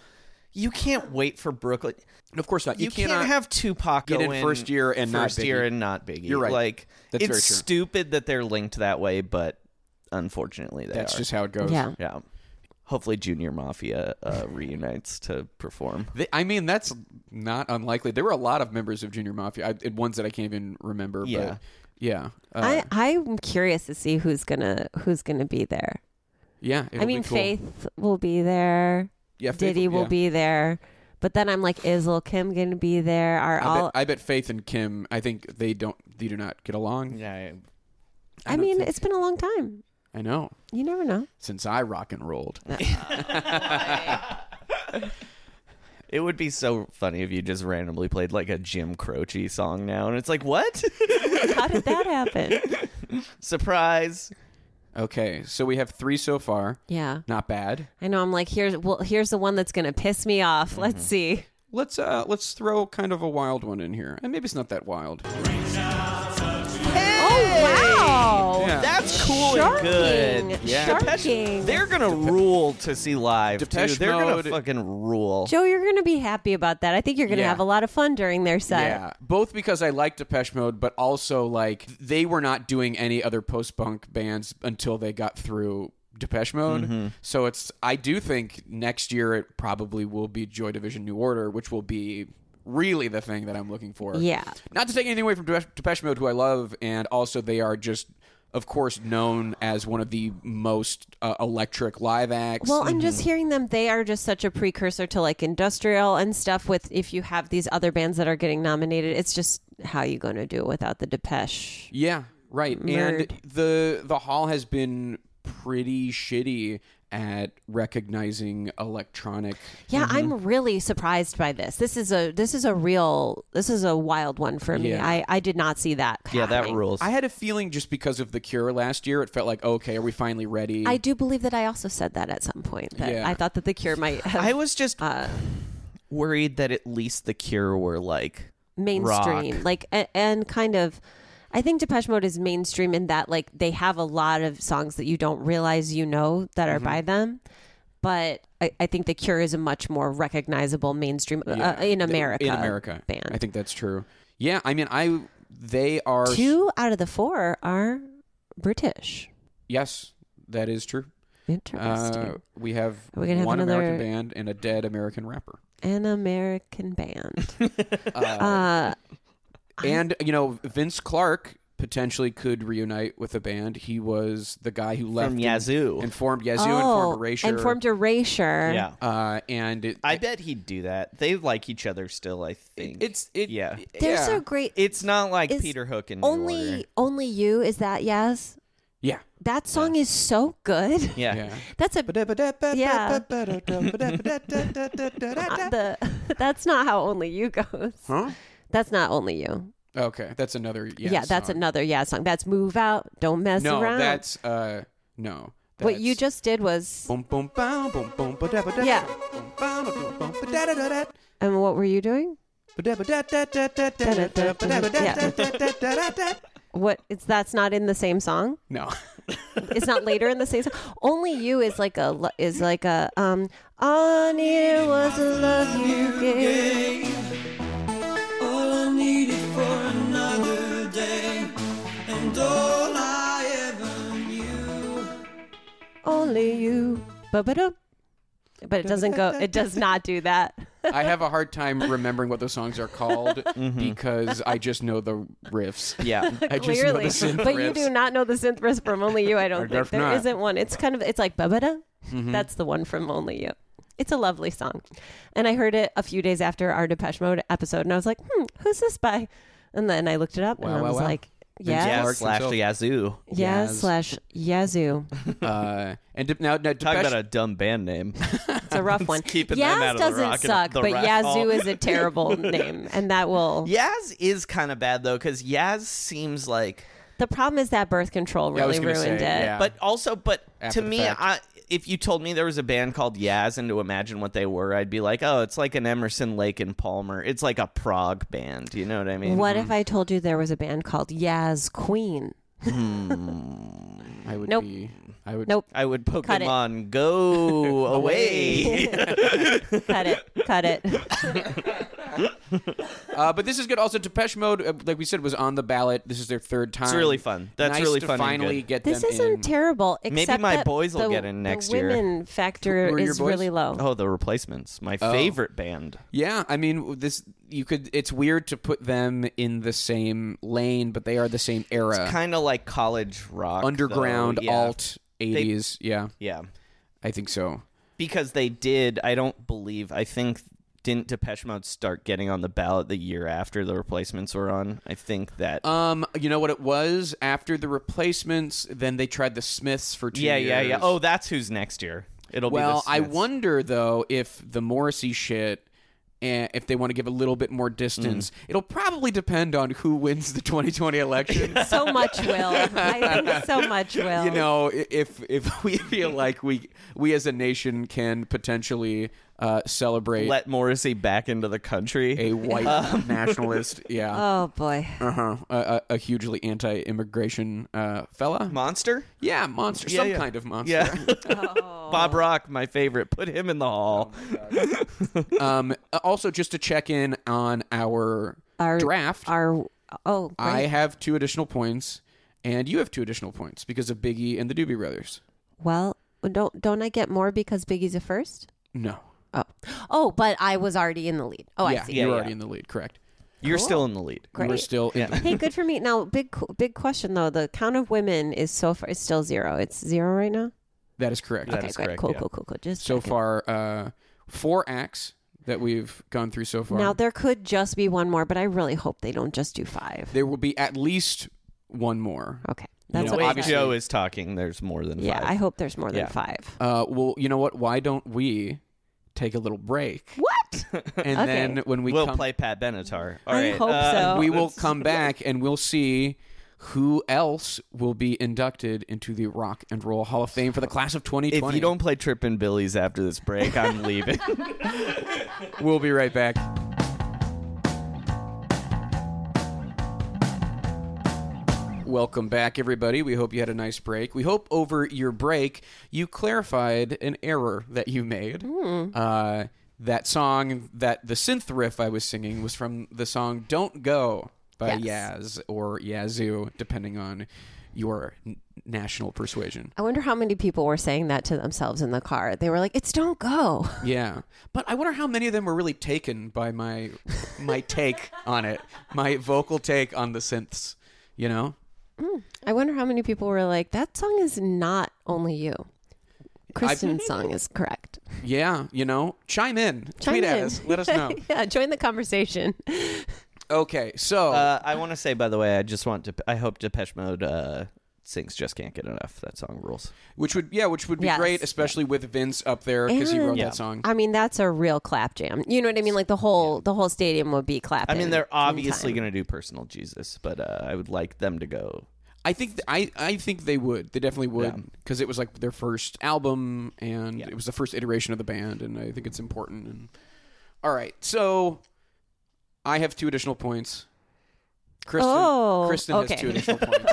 S3: you can't wait for Brooklyn.
S1: and of course not.
S3: You,
S1: You,
S3: can't
S1: cannot
S3: have Tupac
S1: get
S3: go
S1: in first year and not
S3: first year
S1: Biggie.
S3: and not Biggie.
S1: You're right.
S3: Like
S1: That's
S3: it's
S1: very true.
S3: stupid that they're linked that way, but unfortunately, they
S1: That's
S3: are.
S1: just how it goes.
S2: Yeah.
S3: yeah. Hopefully, Junior Mafia uh, reunites to perform.
S1: They- I mean, that's not unlikely. There were a lot of members of Junior Mafia, I, and ones that I can't even remember.
S3: Yeah.
S1: But yeah. Uh,
S2: I, I'm curious to see who's gonna who's gonna be there.
S1: yeah. it'll
S2: I
S1: be
S2: mean,
S1: cool.
S2: Faith will be there.
S1: Yeah, Faith
S2: Diddy will
S1: yeah.
S2: be there. But then I'm like, is Lil Kim going to be there? Are
S1: I
S2: all?
S1: bet, I bet Faith and Kim. I think they don't. They do not get along.
S3: Yeah.
S2: I,
S1: don't
S2: mean,
S1: think-
S2: it's been a long time.
S1: I know.
S2: You never know.
S1: Since I rock and rolled.
S3: It would be so funny if you just randomly played like a Jim Croce song now, and it's like, what?
S2: How did that happen?
S3: Surprise!
S1: Okay, so we have three so far.
S2: Yeah,
S1: Not bad.
S2: I know. I'm like, here's well, here's the one that's going to piss me off. Let's see.
S1: Let's uh let's throw kind of a wild one in here. And maybe it's not that wild.
S2: Oh
S3: good.
S2: Sharking.
S3: Yeah.
S2: Sharking.
S3: They're gonna rule to see live.
S1: Depeche
S3: dude. They're
S1: Mode-
S3: gonna fucking rule.
S2: Joe, you're going to be happy about that. I think you're going to
S1: Yeah.
S2: have a lot of fun during their set.
S1: Yeah, both because I like Depeche Mode, but also like they were not doing any other post punk bands until they got through Depeche Mode. So it's I do think next year it probably will be Joy Division New Order, which will be really the thing that I'm looking for.
S2: Yeah.
S1: not to take anything away from Depeche, Depeche Mode, who I love, and also they are just. Of course, known as one of the most uh, electric live acts.
S2: Well, I'm
S1: Mm-hmm.
S2: just hearing them. They are just such a precursor to like industrial and stuff. With if you have these other bands that are getting nominated, it's just how you going to do it without the Depeche.
S1: Yeah, right.
S2: Nerd.
S1: And the the hall has been pretty shitty at recognizing electronic.
S2: Yeah, I'm
S1: Mm-hmm.
S2: really surprised by this. This is a this is a real this is a wild one for me.
S1: Yeah.
S2: I I did not see that.
S3: Yeah, that
S2: happening.
S3: rules.
S1: I had a feeling just because of the cure last year, it felt like okay, are we finally ready?
S2: I do believe that I also said that at some point. That
S1: Yeah.
S2: I thought that the Cure might have uh,
S3: I was just worried that at least the Cure were like
S2: mainstream,
S3: rock.
S2: like and, and kind of. I think Depeche Mode is mainstream in that like they have a lot of songs that you don't realize you know that are
S1: Mm-hmm.
S2: by them, but I, I think the Cure is a much more recognizable mainstream uh, in America.
S1: in America.
S2: band.
S1: I think that's true. Yeah, I mean, I they are
S2: Two out of the four are British.
S1: Yes, that is true.
S2: Interesting.
S1: Uh, we have,
S2: Are we gonna have
S1: one American
S2: another-
S1: band and a dead American rapper.
S2: An American band. uh,
S1: And you know, Vince Clark potentially could reunite with a band. He was the guy who left
S3: from
S1: and-
S3: Yazoo.
S1: and formed Yazoo and
S2: oh,
S1: formed Erasure.
S2: and formed Erasure.
S3: yeah.
S1: uh, and it,
S3: I bet he'd do that. They like each other still, I think.
S1: it's it.
S3: Yeah.
S2: They're
S1: yeah.
S2: so great.
S3: it's not like
S2: It's
S3: Peter Hook and New
S2: only
S3: Order.
S2: only you is that yes.
S1: yeah.
S2: That song is so good.
S3: Yeah.
S1: Yeah.
S2: That's a yeah.
S1: Huh?
S2: not Uh, the, that's not how only you goes. That's not only you.
S1: Okay, that's another. Yeah,
S2: yeah, that's
S1: song.
S2: another yeah song. That's move out, don't mess
S1: No,
S2: around.
S1: that's uh, no. That's,
S2: what you just did was
S1: Boom, boom, bow, boom, boom, ba-da-ba-da,
S2: Yeah.
S1: boom, bow, boom, boom, ba-da-da-da-da,
S2: and what were you doing?
S1: ba-da-ba-da-da-da-da-da, ba-da-ba-da-da-da-da-da-da.
S2: What it's that's not in the same song.
S1: No.
S2: It's not later in the same song. Only you is like a lo- is like a um. On here was the love you gave.
S4: All I needed for another day, and all I ever knew.
S2: Only you. Ba-ba-dum. But it doesn't go. It does not do that.
S1: I have a hard time remembering what those songs are called
S3: Mm-hmm.
S1: because I just know the riffs.
S3: Yeah.
S1: I just know the
S2: Clearly,
S1: synth
S2: but
S1: riffs.
S2: you do not know the synth riff from Only You. I don't
S1: I
S2: think
S1: guess
S2: there
S1: not.
S2: not one. It's kind of it's like babada. That's the one from Only You. It's a lovely song, and I heard it a few days after our Depeche Mode episode, and I was like, "Hmm, who's this by?" And then I looked it up,
S1: Wow,
S2: and I
S1: wow,
S2: was
S1: wow.
S2: like,
S1: Vince
S2: "Yeah,
S3: Yeah,
S1: Clark
S3: slash
S1: himself.
S3: Yazoo.
S2: yeah,
S1: Yaz.
S2: slash Yazoo."
S1: Uh, and de- now, now
S3: Talk
S1: Depeche-
S3: about a dumb band name.
S2: It's a rough one.
S3: keeping them out
S2: Yaz
S3: of the
S2: doesn't
S3: rock and
S2: suck,
S3: the
S2: but
S3: rat
S2: Yazoo
S3: hole.
S2: is a terrible name, and that will.
S3: Yaz is kind of bad though, because Yaz seems like,
S2: The problem is that birth control
S1: Yeah, I was
S2: really
S1: gonna say,
S2: ruined it.
S1: yeah.
S3: but also, but
S1: After
S3: to
S1: the
S3: me,
S1: fact.
S3: I, if you told me there was a band called Yaz and to imagine what they were, I'd be like, oh, it's like an Emerson, Lake and Palmer. It's like a prog band. You know what I mean?
S1: mm.
S2: What if I told you there was a band called Yaz Queen?
S1: I would
S2: Nope.
S1: be. I would.
S2: Nope.
S3: I would
S2: Cut it.
S3: Pokemon go away.
S2: cut it. Cut it.
S1: Uh, but this is good. Also, Depeche Mode, uh, like we said, was on the ballot. This is their third time.
S3: really fun. That's
S1: nice
S3: really
S1: to
S3: fun and
S1: Finally,
S3: good.
S1: get
S2: This
S1: them
S2: isn't
S1: in.
S2: terrible.
S3: Maybe
S2: Except
S3: my
S2: that
S3: boys will
S2: the-
S3: get in next
S2: the
S3: year.
S2: women
S1: Who
S2: factor
S1: are your
S2: is
S1: boys?
S2: really low.
S3: Oh, the replacements. My
S1: Oh.
S3: favorite band.
S1: Yeah, I mean, this you could. It's weird to put them in the same lane, but they are the same era,
S3: Kind of like college rock. though.
S1: underground
S3: Yeah.
S1: alt eighties. Yeah,
S3: Yeah.
S1: I think so.
S3: Because they did, I don't believe, I think, didn't Depeche Mode start getting on the ballot the year after the replacements were on? I think that.
S1: Um, you know what it was after the replacements. Then they tried the Smiths for two
S3: yeah, yeah, yeah.
S1: years.
S3: Oh, that's who's next year. It'll
S1: well,
S3: be the
S1: I
S3: Smiths.
S1: wonder though if the Morrissey shit, eh, if they want to give a little bit more distance,
S3: Mm.
S1: it'll probably depend on who wins the 2020 election.
S2: So much will. I think so much
S1: uh,
S2: will.
S1: you know, i- if if we feel like we we as a nation can potentially uh, celebrate
S3: Let Um. Morrissey back into the country.
S1: a white nationalist.
S3: Uh.
S1: Yeah,
S2: Oh boy.
S1: uh-huh. a, a, a hugely anti-immigration uh, fella.
S3: monster?
S1: yeah, monster,
S3: Yeah,
S1: some
S3: yeah.
S1: kind of monster.
S3: Yeah. Bob Rock, my favorite. Put him in the hall.
S2: Oh,
S1: Um, also, just to check in on our,
S2: Our-
S1: draft,
S2: Our oh great.
S1: I have two additional points, and you have two additional points because of Biggie and the Doobie Brothers.
S2: well don't don't I get more because Biggie's a first?
S1: No,
S2: Oh. Oh, but I was already in the lead. Oh,
S1: yeah,
S2: I see.
S1: you're
S3: Yeah,
S1: already
S3: yeah.
S1: in the lead. Correct.
S3: You're still in the lead.
S2: Great.
S1: We're still in. the lead.
S2: Hey, good for me. Now, big qu- big question though. The count of women is so far is still zero. It's zero right now.
S1: That is correct.
S3: That
S2: okay,
S3: is
S2: great.
S3: correct,
S2: cool,
S3: yeah.
S2: cool, cool, cool. Just
S1: so
S2: checking.
S1: far, uh, four acts that we've gone through so far.
S2: Now there could just be one more, but I really hope they don't just do five.
S1: there will be at least one more.
S2: Okay, that's
S1: know,
S2: what
S3: Wait,
S2: I
S1: obviously-
S2: thought.
S3: Joe is talking. There's more than
S2: Yeah,
S3: five.
S2: I hope there's more than
S3: Yeah.
S2: five.
S1: Uh, well, you know what? Why don't we take a little break?
S2: What?
S1: And
S2: Okay.
S1: then when we
S3: we will
S1: come,
S3: play Pat Benatar. All
S2: I
S3: right,
S2: hope
S3: uh,
S2: so.
S1: we will come back and we'll see who else will be inducted into the Rock and Roll Hall of Fame for the class of 2020.
S3: If you don't play Trippin' Billies after this break, I'm leaving.
S1: we'll be right back. Welcome back, everybody. We hope you had a nice break. We hope over your break you clarified an error that you made. Uh, that song, that the synth riff I was singing was from the song Don't Go by Yaz or Yazoo, depending on your n- national persuasion.
S2: I wonder how many people were saying that to themselves in the car. They were like, "It's don't go."
S1: Yeah, but I wonder how many of them were really taken by my my take on it, my vocal take on the synths. You know,
S2: I wonder how many people were like, "That song is not only you." Kristen's song is correct.
S1: yeah, you know, chime in,
S2: Chime
S1: tweet at
S2: in.
S1: us, let us know.
S2: yeah, join the conversation.
S1: Okay, so
S2: Oh.
S3: Uh, I want to say, by the way, I just want to. I hope Depeche Mode uh, sings "Just Can't Get Enough." That song rules.
S1: which would yeah, which would be
S2: Yes.
S1: great, especially with Vince up there because he wrote
S2: And-
S1: that song.
S2: I mean, that's a real clap jam. You know what I mean? Like the whole the whole stadium would be
S3: I
S2: clapping.
S3: mean, they're obviously
S2: in time.
S3: going to do "Personal Jesus," but uh, I would like them to go.
S1: I think th- I I think they would, they definitely would, because it was like their first album and it was the first iteration of the band, and I think it's important. And all right, so I have two additional points. Kristen,
S2: Oh,
S1: Kristen
S2: okay.
S1: has two additional points.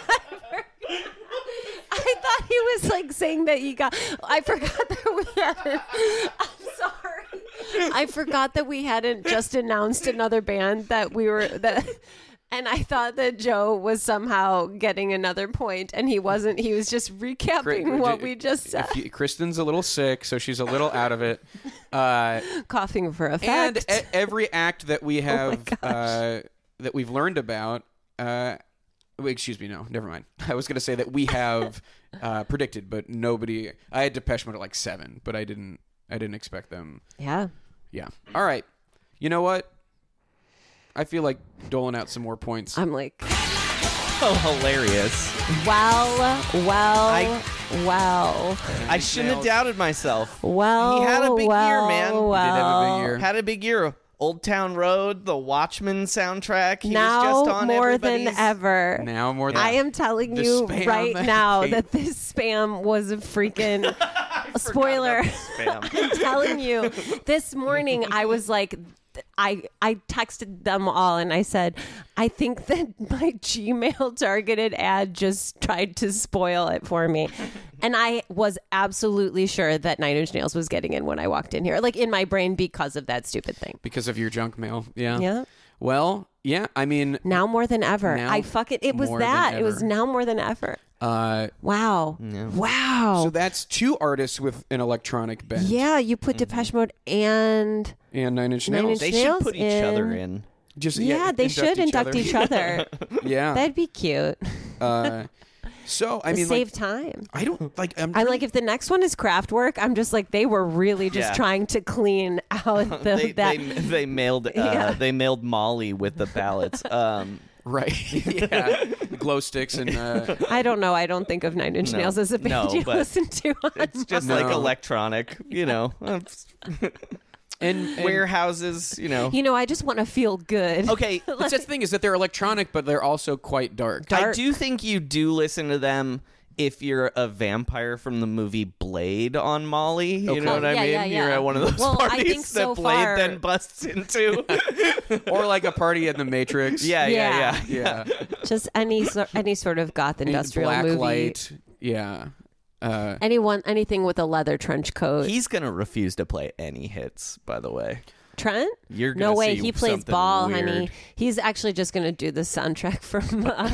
S2: I thought he was like saying that you got. I forgot that we had. I'm sorry. I forgot that we hadn't just announced another band that we were that. And I thought that Joe was somehow getting another point, and he wasn't. He was just recapping
S1: Great.
S2: what we just said.
S1: If you- Kristen's a little sick, so she's a little out of it. Uh,
S2: Coughing for
S1: and
S2: effect.
S1: e- every act that
S2: Oh
S1: we have uh, that we've learned about uh, wait, excuse me no never mind i was going to say that we have uh, predicted but nobody i had depeche mode at like seven but i didn't i didn't expect them
S2: yeah.
S1: yeah all right you know what i feel like doling out some more points
S2: I'm like,
S3: Oh, hilarious!
S2: Oh. well, well,
S3: I-
S2: well,
S3: I shouldn't have doubted myself.
S2: well.
S3: he had a big
S2: well,
S3: year, man. He did
S2: Well.
S1: have a big year.
S3: Had a big year. Old Town Road, the Watchmen soundtrack. He
S2: now
S3: was just on
S2: more than
S3: everybody's-
S2: ever.
S1: now more than
S2: I am telling
S1: The
S2: you
S1: spam
S2: right
S1: that
S2: now
S1: came.
S2: that this spam was a freaking spoiler.
S3: Spam.
S2: I'm telling you, this morning I was like, th- I I texted them all and I said, I think that my Gmail targeted ad just tried to spoil it for me. And I was absolutely sure that Nine Inch Nails was getting in when I walked in here, like in my brain because of that stupid thing.
S1: because of your junk mail yeah
S2: Yeah.
S1: well yeah i mean
S2: Now more than ever,
S1: Now
S2: I fuck it. It was
S1: more than
S2: that. It was
S1: ever.
S2: now more than ever.
S1: uh,
S2: Wow. Wow.
S1: so that's two artists with an electronic band
S2: yeah, you put Depeche Mode and
S1: and nine inch
S2: Nine
S1: nails
S2: Inch-
S3: They should
S2: Nails
S3: put each other
S2: in-
S3: in.
S1: just
S2: yeah, they should induct each other.
S1: yeah
S2: That'd be cute.
S1: Uh, so I mean,
S2: Save
S1: like,
S2: time.
S1: I don't like. um, I'm,
S2: I'm
S1: really-
S2: like, if the next one is craft work, I'm just like, they were really just
S3: Yeah.
S2: trying to clean out the,
S3: they,
S2: that.
S3: they they mailed uh, they mailed Molly with the ballots. Um,
S1: right. yeah, glow sticks and uh,
S2: I don't know. I don't think of Nine Inch
S3: No.
S2: Nails as a band
S3: No,
S2: you
S3: but
S2: listen to. on-
S3: it's just
S1: No.
S3: like electronic, you know, um,
S1: and, and
S3: warehouses, you know.
S2: you know, I just want to feel good.
S3: Okay,
S1: That's the thing is that they're electronic, but they're also quite dark.
S3: I do think you do listen to them if you're a vampire from the movie Blade on Molly. You know
S2: Oh,
S3: what I
S2: yeah,
S3: mean?
S2: yeah,
S3: You're
S2: yeah.
S3: at one of those
S2: Well, I
S3: parties
S2: think so
S3: that Blade
S2: far-
S3: then busts into.
S1: or like a party in the Matrix.
S3: yeah, yeah,
S2: Yeah.
S3: yeah,
S1: yeah.
S2: Just any sor- any sort of goth industrial
S1: black
S2: movie.
S1: light. Yeah. Uh,
S2: Anyone, anything with a leather trench coat.
S3: He's gonna refuse to play any hits. By the way,
S2: Trent?
S3: You're
S2: no
S3: gonna
S2: way.
S3: see
S2: He plays
S3: something
S2: ball,
S3: weird.
S2: honey. He's actually just going to do the soundtrack from uh,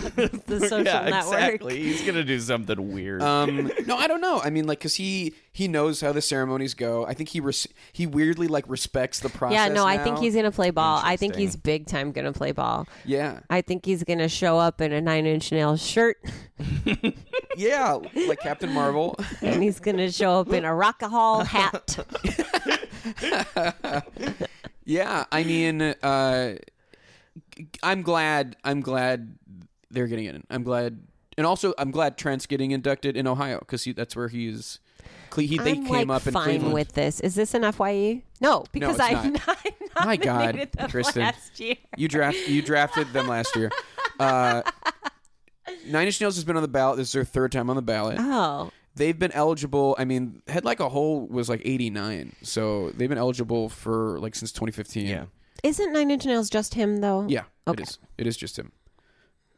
S2: the social
S3: yeah,
S2: network.
S3: exactly. He's gonna do something weird.
S1: um, no, I don't know. I mean, like, cause he he knows how the ceremonies go. I think he res- he weirdly like respects the process.
S2: Yeah, no, I think
S1: now.
S2: he's going to play ball. I think
S3: Interesting.
S2: he's big time going to play ball.
S1: Yeah,
S2: I think he's going to show up in a nine inch nail shirt
S1: yeah, like Captain Marvel.
S2: and he's going to show up in a rockahol hat.
S1: Yeah, I mean, uh, g- I'm glad. I'm glad they're getting in. I'm glad, and also I'm glad Trent's getting inducted in Ohio because that's where he's. Cle- he they
S2: I'm
S1: came
S2: like
S1: up in
S2: fine
S1: Cleveland.
S2: with this. Is this an FYE? No, because
S1: it's
S2: I,
S1: not.
S2: I
S1: My God,
S2: nominated them
S1: Kristen.
S2: last year.
S1: You draft you drafted them last year. Uh, Nine Inch Nails has been on the ballot. This is their third time on the ballot.
S2: Oh,
S1: They've been eligible. I mean, Head Like a Hole was like eighty nine, so they've been eligible for like since twenty fifteen.
S3: Yeah.
S2: isn't Nine Inch Nails just him though?
S1: yeah,
S2: Okay.
S1: it is. It is just him.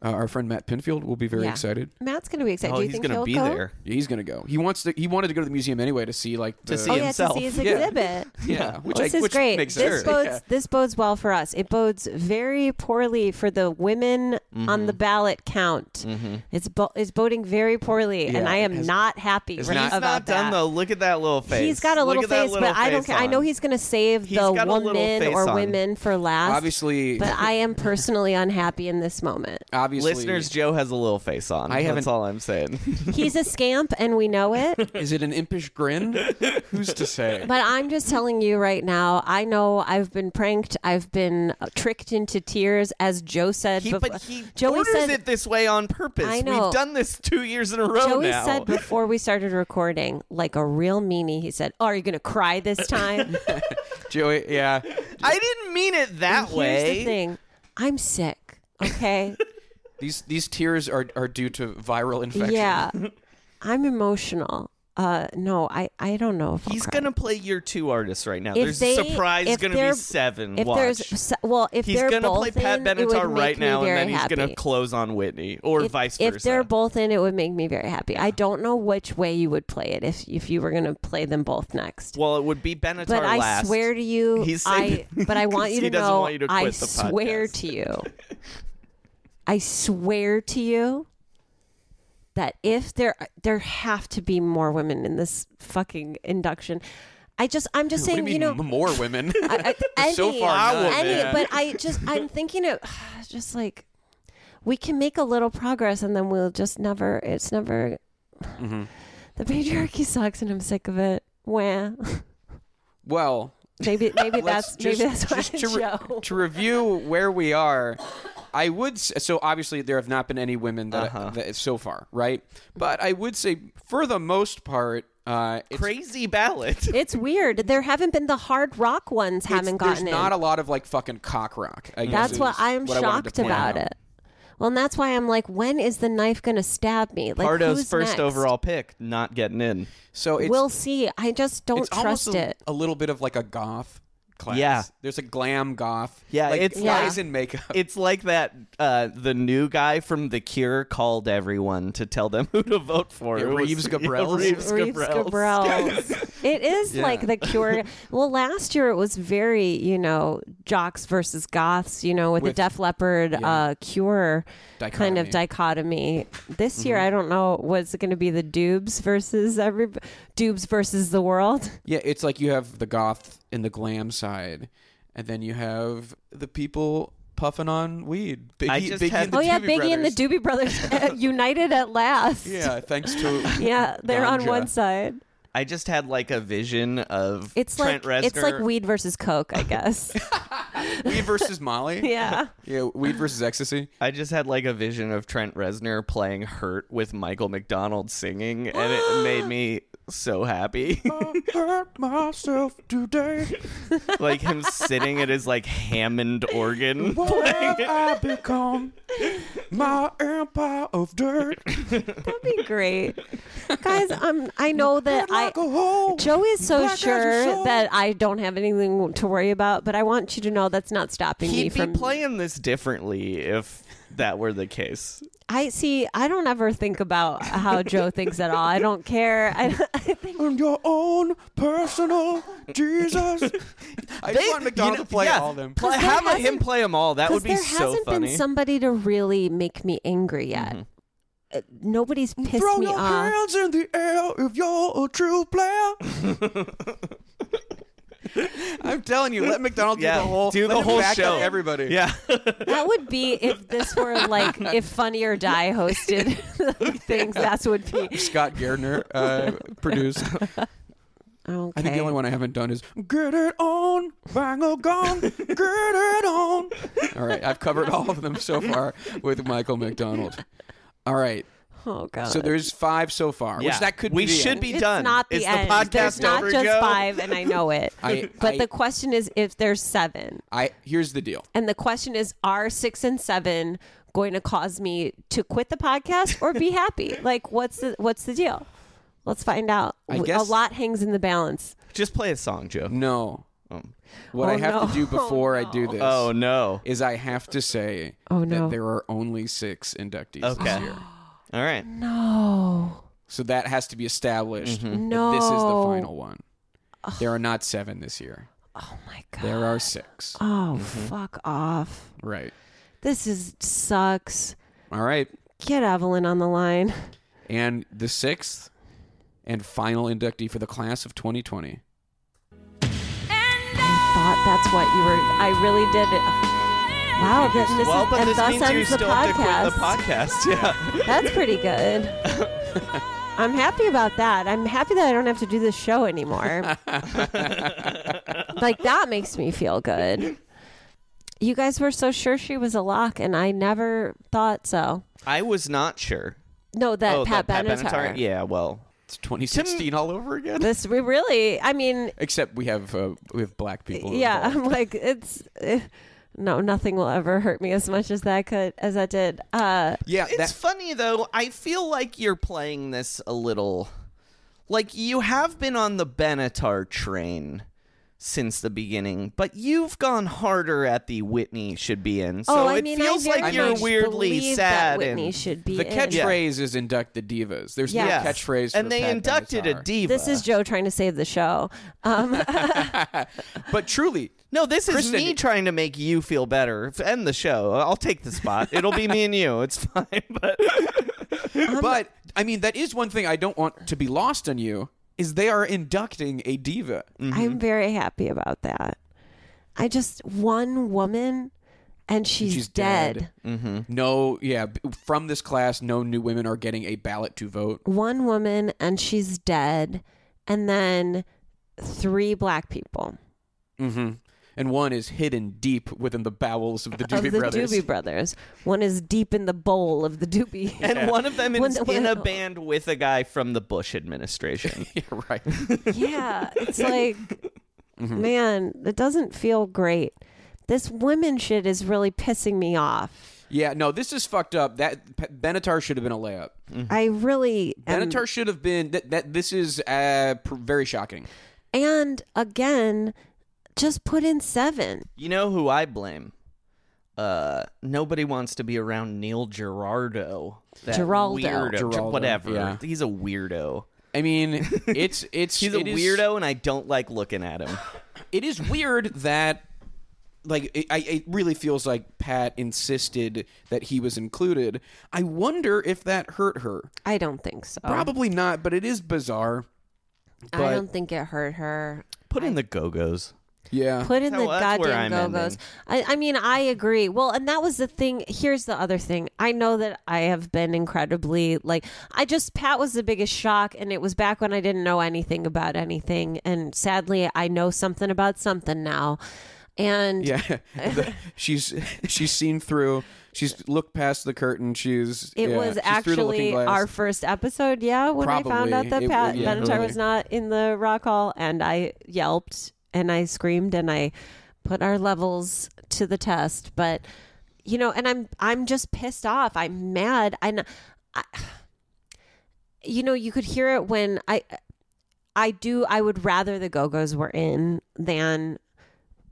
S1: Uh, our friend Matt Pinfield will be very
S2: Yeah.
S1: excited.
S2: Matt's gonna be excited.
S3: oh,
S2: Do you
S3: he's
S2: think
S3: gonna
S2: he'll
S3: be
S2: go?
S3: there.
S1: Yeah, he's gonna go. He wants to. He wanted to go to the museum anyway to see like the,
S3: see
S2: Oh
S3: He
S2: yeah,
S3: himself.
S2: to see his
S1: Yeah.
S2: exhibit.
S1: yeah, which
S2: this
S1: I,
S2: is
S1: which
S2: great.
S1: Makes
S2: this
S1: sense.
S2: bodes
S1: Yeah.
S2: this bodes well for us. It bodes very poorly for the women
S3: Mm-hmm.
S2: on the ballot count. It's bo- it's boding very poorly, and
S1: Yeah,
S2: I
S1: it
S2: am
S1: has-
S2: not happy
S1: it's
S2: right
S1: not-
S3: He's
S2: about
S3: not done
S2: that.
S3: though. Look at that little face.
S2: He's got a
S3: Look
S2: little
S3: at that
S2: face,
S3: little
S2: but I don't
S3: face
S2: care. I
S3: on.
S2: know he's going to save
S3: He's
S2: the
S3: got a little
S2: woman
S3: face
S2: or
S3: on.
S2: women for last.
S1: Obviously,
S2: but I am personally unhappy in this moment.
S1: obviously,
S3: Listeners, Joe has a little face on.
S1: I haven't-
S3: That's all I'm saying.
S2: He's a scamp, and we know it.
S1: Is it an impish grin? Who's to say?
S2: But I'm just telling you right now. I know I've been pranked. I've been uh, tricked into tears, as Joe said.
S3: He,
S2: bef-
S3: but he
S2: Joey
S3: orders
S2: said,
S3: it this way on purpose.
S2: I know.
S3: We've done this two years in a row
S2: Joey
S3: now.
S2: said before we started recording, like a real meanie. He said, oh, "Are you going to cry this time?"
S1: Joey, yeah.
S3: I didn't mean it that
S2: Here's
S3: way.
S2: the thing. I'm sick. Okay.
S1: These these tears are, are due to viral infection.
S2: yeah. I'm emotional. Uh, no, I I don't know. If I'll
S3: He's
S2: cry.
S3: gonna play year two artists right now.
S2: If
S3: there's
S2: they-
S3: a surprise
S2: if
S3: gonna
S2: they're-
S3: be seven.
S2: If
S3: Watch.
S2: there's so- well, if
S3: he's
S2: they're
S3: gonna
S2: both
S3: play Pat
S2: in, it would
S3: Benatar
S2: make
S3: right
S2: me
S3: now,
S2: very
S3: and then he's
S2: happy.
S3: gonna close on Whitney, or
S2: if,
S3: vice versa.
S2: if they're both in, it would make me very happy. I don't know which way you would play it if if you were gonna play them both next.
S3: well, it would be Benatar
S2: but I
S3: last.
S2: swear to you,
S3: He's
S2: I
S3: saying-
S2: but I want
S3: 'cause
S2: you
S3: he
S2: to
S3: doesn't
S2: know,
S3: want you to
S2: I
S3: quit the
S2: swear
S3: podcast.
S2: to you, I swear to you that if there there have to be more women in this fucking induction. I just I'm just
S1: What do you
S2: saying,
S1: mean
S2: you know,
S1: more women?
S2: I, I- any,
S1: So far, none.
S2: any,
S3: Man.
S2: but I just I'm thinking of just like we can make a little progress and then we'll just never it's never
S3: Mm-hmm.
S2: the patriarchy sucks and I'm sick of it. Wah.
S1: well,
S2: Maybe maybe
S1: let's
S2: that's
S1: just,
S2: maybe that's
S1: just
S2: why
S1: to, re-
S2: show.
S1: to review where we are. I would s- so obviously there have not been any women that,
S3: Uh-huh.
S1: that so far, right? But I would say for the most part, uh, it's,
S3: crazy ballot.
S2: It's weird. There haven't been the hard rock ones
S1: it's-
S2: haven't
S1: there's
S2: gotten in.
S1: not a lot of like fucking cock rock. I guess
S2: that's
S1: is
S2: what I'm
S1: what I wanted to
S2: shocked
S1: point
S2: about
S1: out.
S2: it. Well, and that's why I'm like, when is the knife gonna stab me? Like
S3: Pardo's
S2: who's
S3: first
S2: next?
S3: overall pick, not getting in.
S1: So it's
S2: We'll see. I just don't
S1: it's almost
S2: trust
S1: a,
S2: it.
S1: a little bit of like a goth class.
S3: Yeah.
S1: there's a glam goth.
S3: Yeah,
S1: like
S3: it's
S1: guys
S3: like-
S1: in makeup.
S3: It's like that uh, the new guy from The Cure called everyone to tell them who to vote for.
S1: Yeah,
S3: It was-
S1: Reeves
S3: yeah,
S1: Gabrels.
S3: Reeves
S2: Reeves
S3: Gabrels.
S2: Gabrels. it is like the cure. Well, last year it was very, you know, jocks versus goths, you know, with,
S1: With-
S2: the Def Leppard uh, cure kind
S1: Dichotomy.
S2: of dichotomy. This year, I don't know, was it going to be the dubes versus every dubes versus the world?
S1: Yeah, it's like you have the goth and the glam side, and then you have the people puffing on weed. Biggie,
S3: I just
S1: Biggie
S3: had-
S1: and the
S2: Oh, yeah,
S1: Doobie
S2: Biggie and the
S1: Brothers.
S2: Doobie Brothers uh, united at last.
S1: Yeah, thanks to
S2: Yeah, they're on
S1: Ganja.
S2: one side.
S3: I just had like a vision of
S2: It's
S3: Trent
S2: like
S3: Reznor.
S2: it's like weed versus coke, I guess.
S1: weed versus Molly.
S2: yeah.
S1: yeah, weed versus ecstasy.
S3: I just had like a vision of Trent Reznor playing "Hurt" with Michael McDonald singing, and it made me so happy.
S1: hurt myself today.
S3: like him sitting at his like Hammond organ.
S1: What have I become? My empire of dirt.
S2: That'd be great, guys. Um, I know that I.
S1: Like a hole.
S2: Joey's so
S1: Black as a
S2: sure
S1: soul.
S2: that I don't have anything to worry about, but I want you to know that's not stopping me
S3: He'd be
S2: from
S3: playing this differently if that were the case.
S2: I see. I don't ever think about how Joe thinks at all. I don't care. I, I think
S1: I'm your own personal Jesus. I just want McDonald
S3: you
S1: to
S3: know,
S1: play
S3: yeah,
S1: all of them.
S3: Play,
S2: there
S3: have him
S2: hasn't-
S3: play them all. That
S2: because
S3: would be
S2: there
S3: so
S2: hasn't
S3: funny. Mm-hmm.
S2: been somebody to really make me angry yet. Uh, Nobody's pissed
S1: Mm-hmm. Throw
S2: me
S1: your
S2: off.
S1: hands in the air if you're a true player. I'm telling you, let McDonald
S3: Yeah,
S1: do the whole,
S3: do
S1: let
S3: the
S1: him
S3: whole
S1: back up
S3: show.
S1: Everybody.
S3: yeah.
S2: That would be if this were like if Funny or Die hosted things. That's would be.
S1: Scott Gardner uh, produced.
S2: Okay.
S1: I think the only one I haven't done is "Get It On," "Bang a Gong," "Get It On." All right, I've covered all of them so far with Michael McDonald. All right,
S2: Oh god.
S1: so there's five so far.
S3: Yeah.
S1: Which that could be
S3: We
S1: the
S3: should
S1: end.
S3: be
S2: it's
S3: done.
S2: not the
S3: It's the
S2: end.
S3: podcast
S2: There's not
S3: over,
S2: just
S3: Joe.
S2: five, and I know it.
S1: I-
S2: but
S1: I-
S2: the question is if there's seven.
S1: I here's the deal.
S2: And the question is are six and seven going to cause me to quit the podcast or be happy? like what's the what's the deal? Let's find out.
S1: I
S2: W-
S1: guess-
S2: a lot hangs in the balance.
S3: Just play a song,
S1: Mm,
S3: Joe.
S1: No,
S3: Um,
S1: what
S2: Oh,
S1: I have
S2: no.
S1: to do before
S2: Oh,
S1: I do this
S3: Oh no.
S1: is I have to say
S2: Oh, no.
S1: that there are only six inductees this
S3: Okay.
S1: year.
S3: All right.
S2: No.
S1: So that has to be established.
S3: Mm-hmm.
S2: No.
S1: That this is the final one. There are not seven this year.
S2: Oh my god.
S1: There are six.
S2: Oh
S3: Mm-hmm.
S2: fuck off.
S1: Right.
S2: This is sucks.
S1: All right.
S2: Get Evelyn on the line.
S1: And the sixth and final inductee for the class of 2020.
S2: Thought that's what you were I really did it. Wow, th- this
S3: well,
S2: is,
S3: but
S2: and
S3: this
S2: thus
S3: means you
S2: ends the
S3: still have to quit the
S2: podcast.
S3: podcast. Yeah.
S2: That's pretty good. I'm happy about that. I'm happy that I don't have to do this show anymore. like that makes me feel good. You guys were so sure she was a lock, and I never thought so.
S3: I was not sure.
S2: No, that
S3: oh,
S2: Pat,
S3: that
S2: Benatar.
S3: Benatar? Yeah. Well.
S1: It's 2016 all over again.
S2: This we really. I mean,
S1: Except we have uh, we have black people.
S2: yeah.
S1: involved.
S2: I'm like it's. eh, no, nothing will ever hurt me as much as that could as that did. Uh,
S1: yeah.
S3: It's
S1: that-
S3: funny though. I feel like you're playing this a little. Like you have been on the Benatar train since the beginning, but you've gone harder at the Whitney should be in. So
S2: oh, I
S3: it
S2: mean,
S3: feels
S2: I very
S3: like you're
S2: much
S3: weirdly
S2: believe
S3: sad.
S2: That Whitney
S3: and,
S2: should be
S1: the
S2: in.
S1: catchphrase is induct the divas. There's
S2: Yes.
S1: no catchphrase.
S3: and
S1: for
S3: they
S1: Pat
S3: inducted a
S1: Benatar.
S3: diva.
S2: This is Joe trying to save the show. Um,
S1: But truly,
S3: no. This is
S1: Kristen-
S3: me trying to make you feel better. F- End the show. I'll take the spot. It'll be me and you. It's fine. But
S2: Um,
S1: but I mean that is one thing I don't want to be lost on you is they are inducting a diva.
S3: Mm.
S2: I'm very happy about that. I just one woman, and she's,
S1: She's
S2: dead.
S1: dead. No, yeah, b- from this class no new women are getting a ballot to vote.
S2: One woman, and she's dead, and then three black people
S3: Mm-hmm.
S1: Mhm. And one is hidden deep within the bowels of the Doobie
S2: of the
S1: Brothers.
S2: Doobie Brothers. One is deep in the bowl of the Doobie.
S3: and one of them
S2: When
S3: is
S2: the- when-
S3: in a band with a guy from the Bush administration.
S1: yeah, right.
S2: yeah, it's like,
S3: Mm-hmm.
S2: man, it doesn't feel great. This women shit is really pissing me off.
S1: Yeah, no, this is fucked up. That P- Benatar should have been a layup.
S3: Mm-hmm.
S2: I really am
S1: Benatar should have been that. that this is uh, pr- very shocking.
S2: And again, just put in seven.
S3: You know who I blame? Uh, nobody wants to be around Neil Gerardo. That
S2: Geraldo.
S3: Weirdo,
S1: Geraldo,
S3: whatever.
S1: yeah.
S3: He's a weirdo.
S1: I mean, it's it's
S3: He's a
S1: it is-
S3: weirdo, and I don't like looking at him.
S1: it is weird that like it, I, it really feels like pat insisted that he was included i wonder if that hurt her
S2: I don't think so.
S1: probably not but it is bizarre
S2: Oh. I don't think it hurt her.
S3: Put in the Go Go's.
S1: yeah
S2: Put in
S3: That's
S2: the
S3: how- Uh, that's where
S2: goddamn
S3: I'm
S2: go-go's. I, I mean, I agree. Well, and that was the thing. Here's the other thing. I know that I have been incredibly like I just Pat was the biggest shock, and it was back when I didn't know anything about anything, and sadly, I know something about something now. And
S1: yeah The- she's she's seen through She's looked past the curtain. She's
S2: It
S1: yeah,
S2: was
S1: she's through the looking
S2: actually
S1: glass.
S2: our first episode, yeah, when I found out
S1: Probably.
S2: that
S1: It
S2: Pat
S1: was- yeah,
S2: Benatar was
S1: probably.
S2: not in the rock hall and I yelped and I screamed and I put our levels to the test, but you know, and I'm I'm just pissed off. I'm mad. And I, you know, you could hear it when I I do I would rather the Go-Go's were in than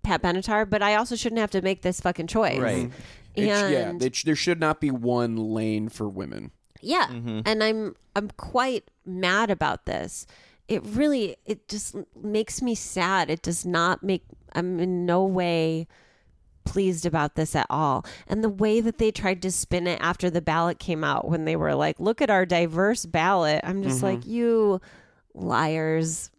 S2: Pat Benatar, but I also shouldn't have to make this fucking choice.
S3: Right.
S1: It's- yeah,
S2: And-
S1: they- there should not be one lane for women.
S2: yeah, and I'm I'm quite mad about this. It really it just makes me sad. It does not make I'm in no way pleased about this at all. And the way that they tried to spin it after the ballot came out when they were like, "Look at our diverse ballot." I'm just like, "You liars."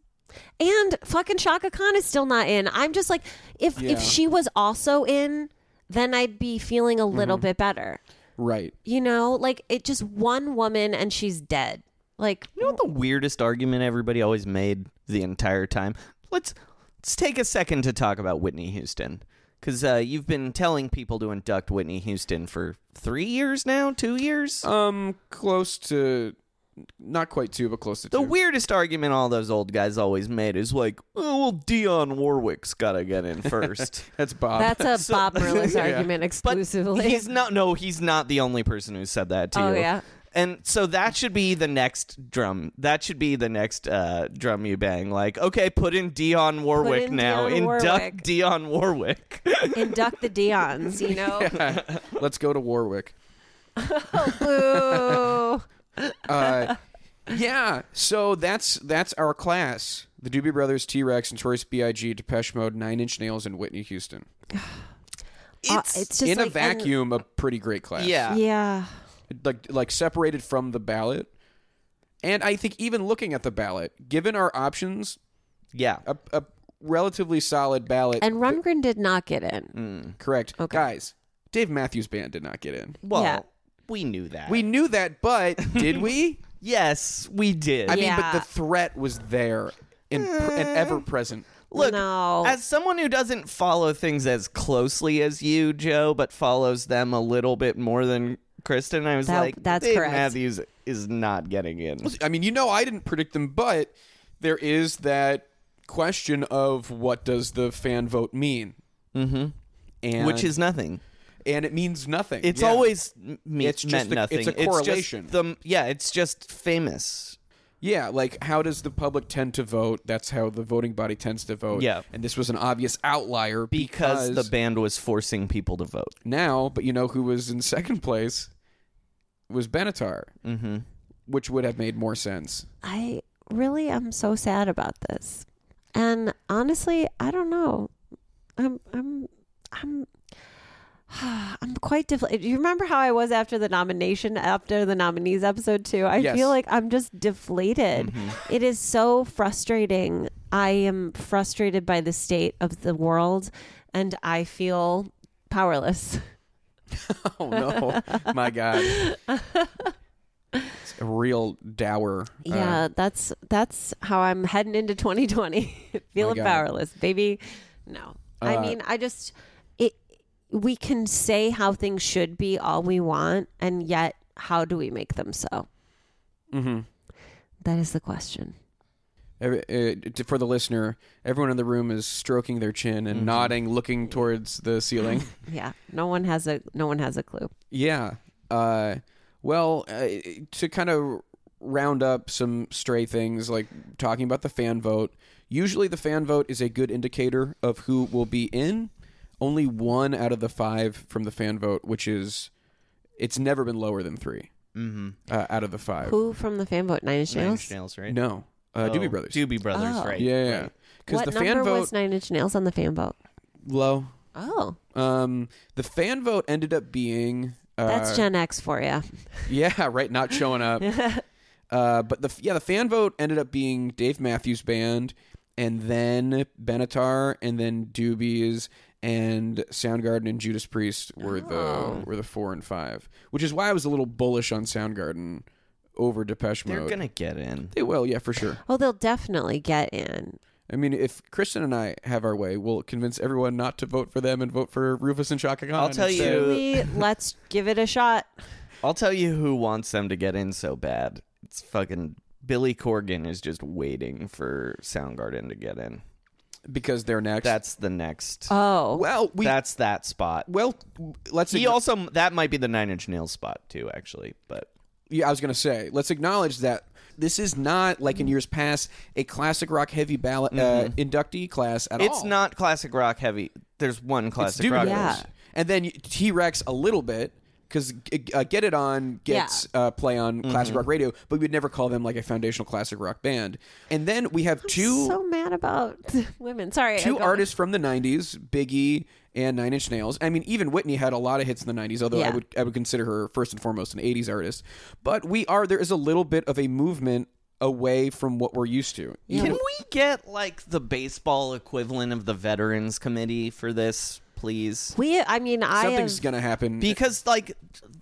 S2: And fucking Shaka Khan is still not in. I'm just like, if
S1: Yeah.
S2: if she was also in, then I'd be feeling a little bit better.
S1: Right.
S2: You know, like it just one woman and she's dead. Like
S3: You know what the weirdest argument everybody always made the entire time? Let's let's take a second to talk about Whitney Houston because uh, you've been telling people to induct Whitney Houston for three years now, two years.
S1: Um, close to, not quite two, but close to
S3: the
S1: two.
S3: weirdest argument all those old guys always made is like, oh, well, Dion Warwick's got to get in first.
S1: That's Bob.
S2: that's a
S3: So-
S2: Bob Merlis
S1: Yeah.
S2: argument
S3: But
S2: exclusively.
S3: he's not. No, he's not the only person who said that to
S2: Oh,
S3: you.
S2: yeah.
S3: And so that should be the next drum. That should be the next uh, drum you bang. Like, okay, put in Dion Warwick
S2: in
S3: now.
S2: Dionne
S3: Induct
S2: Warwick.
S3: Dion Warwick.
S2: Induct the Dion's, you know?
S1: Let's go to Warwick.
S2: Oh, Boo.
S1: Uh, yeah. So that's that's our class: the Doobie Brothers, T Rex, Notorious B.I.G., Depeche Mode, Nine Inch Nails, and Whitney Houston.
S2: Uh, It's, just
S1: In
S2: like,
S1: a vacuum, a pretty great class.
S3: yeah.
S2: and- yeah.
S1: like like separated from the ballot. And I think even looking at the ballot, given our options,
S3: Yeah.
S1: a, a relatively solid ballot.
S2: And Rundgren did not get in.
S1: correct, guys. Dave Matthews Band did not get in.
S3: Well,
S2: yeah.
S3: we knew that.
S1: We knew that, but did we?
S3: yes, we did.
S1: I mean, but the
S2: Yeah. Uh,
S1: threat was there and, pr- and ever present.
S3: Look,
S2: No.
S3: as someone who doesn't follow things as closely as you, Joe, but follows them a little bit more than Kristen, I was
S2: That-
S3: like,
S2: that's
S3: Dave
S2: correct.
S3: Matthews is not getting in.
S1: I mean, you know, I didn't predict them, but there is that question of what does the fan vote mean? Mm-hmm. And
S3: which is nothing.
S1: and it means nothing.
S3: It's
S1: Yeah.
S3: always m- me-
S1: It's just
S3: meant
S1: the-
S3: nothing.
S1: it's a
S3: just
S1: correlation.
S3: the, yeah, it's just famous.
S1: Yeah, like how does the public tend to vote? That's how the voting body tends to vote.
S3: Yeah.
S1: And this was an obvious outlier
S3: Because,
S1: because,
S3: the band was forcing people to vote.
S1: now, but you know who was in second place was Benatar, mm-hmm. which would have made more sense.
S2: I really am so sad about this. And honestly, I don't know. I'm I'm I'm I'm quite deflated. You remember how I was after the nomination, after the nominees episode too? I
S1: Yes.
S2: feel like I'm just deflated.
S3: Mm.
S1: Mm-hmm.
S2: It is so frustrating. I am frustrated by the state of the world and I feel powerless.
S1: Oh no, my God! It's a real dour. uh,
S2: Yeah, that's that's how I'm heading into 2020, feeling
S1: God.
S2: powerless, baby. No, I
S1: Uh,
S2: mean, I just it. We can say how things should be all we want, and yet, how do we make them so?
S1: mhm.
S2: That is the question.
S1: Every, uh, t- for the listener, everyone in the room is stroking their chin and nodding, looking towards the ceiling.
S2: Yeah, no one has a no one has a clue.
S1: Yeah. Uh, well, uh, to kind of round up some stray things, like talking about the fan vote, usually the fan vote is a good indicator of who will be in. Only one out of the five from the fan vote, which is, it's never been lower than 3 mm-hmm. uh, out of the five.
S2: Who from the fan vote? Nine Inch
S3: Nine
S2: Nails.
S3: Inch Nails, right?
S1: No, uh,
S3: Oh,
S1: Doobie Brothers.
S3: Doobie Brothers,
S2: Oh.
S3: right?
S1: Yeah, yeah. Because
S2: What
S1: the
S2: number
S1: fan vote
S2: was Nine Inch Nails on the fan vote?
S1: low.
S2: Oh,
S1: Um, the fan vote ended up being uh,
S2: that's Gen X for you.
S1: Yeah, right. Not showing up. uh, but the yeah, the fan vote ended up being Dave Matthews Band, and then Benatar, and then Doobies, and Soundgarden and Judas Priest were
S2: Oh.
S1: the were the four and five, which is why I was a little bullish on Soundgarden over Depeche
S3: They're
S1: Mode.
S3: going to get in.
S1: They will, yeah, for sure.
S2: Oh, they'll definitely get in.
S1: I mean, if Christian and I have our way, we'll convince everyone not to vote for them and vote for Rufus and Shaka Khan.
S3: I'll tell
S1: instead.
S3: you-
S2: We- let's give it a shot.
S3: I'll tell you who wants them to get in so bad. It's fucking Billy Corgan is just waiting for Soundgarden to get in.
S1: because they're next.
S3: That's the next.
S2: Oh,
S1: well, Uh, we
S3: that's that spot.
S1: well, w- let's.
S3: He
S1: ag-
S3: also that might be the Nine Inch Nails spot too, actually. But
S1: yeah, I was gonna say, let's acknowledge that this is not like in
S3: Mm.
S1: years past a classic rock heavy ballot uh, inductee class at all.
S3: Mm-hmm. it's not classic rock heavy. There's one
S1: It's
S3: classic rock.
S1: Doobie
S2: Yeah.
S1: Brothers. And then T Rex a little bit because uh, Get It On gets uh, play on classic
S3: Mm-hmm.
S1: rock radio, but we'd never call them like a foundational classic rock band. And then we have two
S2: so mad about women. Sorry,
S1: two
S2: go on.
S1: artists from the '90s, Biggie and Nine Inch Nails. I mean, even Whitney had a lot of hits in the '90s, although I
S2: Yeah.
S1: would I would consider her first and foremost an '80s artist. But we are there is a little bit of a movement away from what we're used to.
S3: Can we get like the baseball equivalent of the Veterans Committee for this, please?
S2: We, I mean, I
S1: Something's
S2: have,
S1: gonna happen.
S3: Because like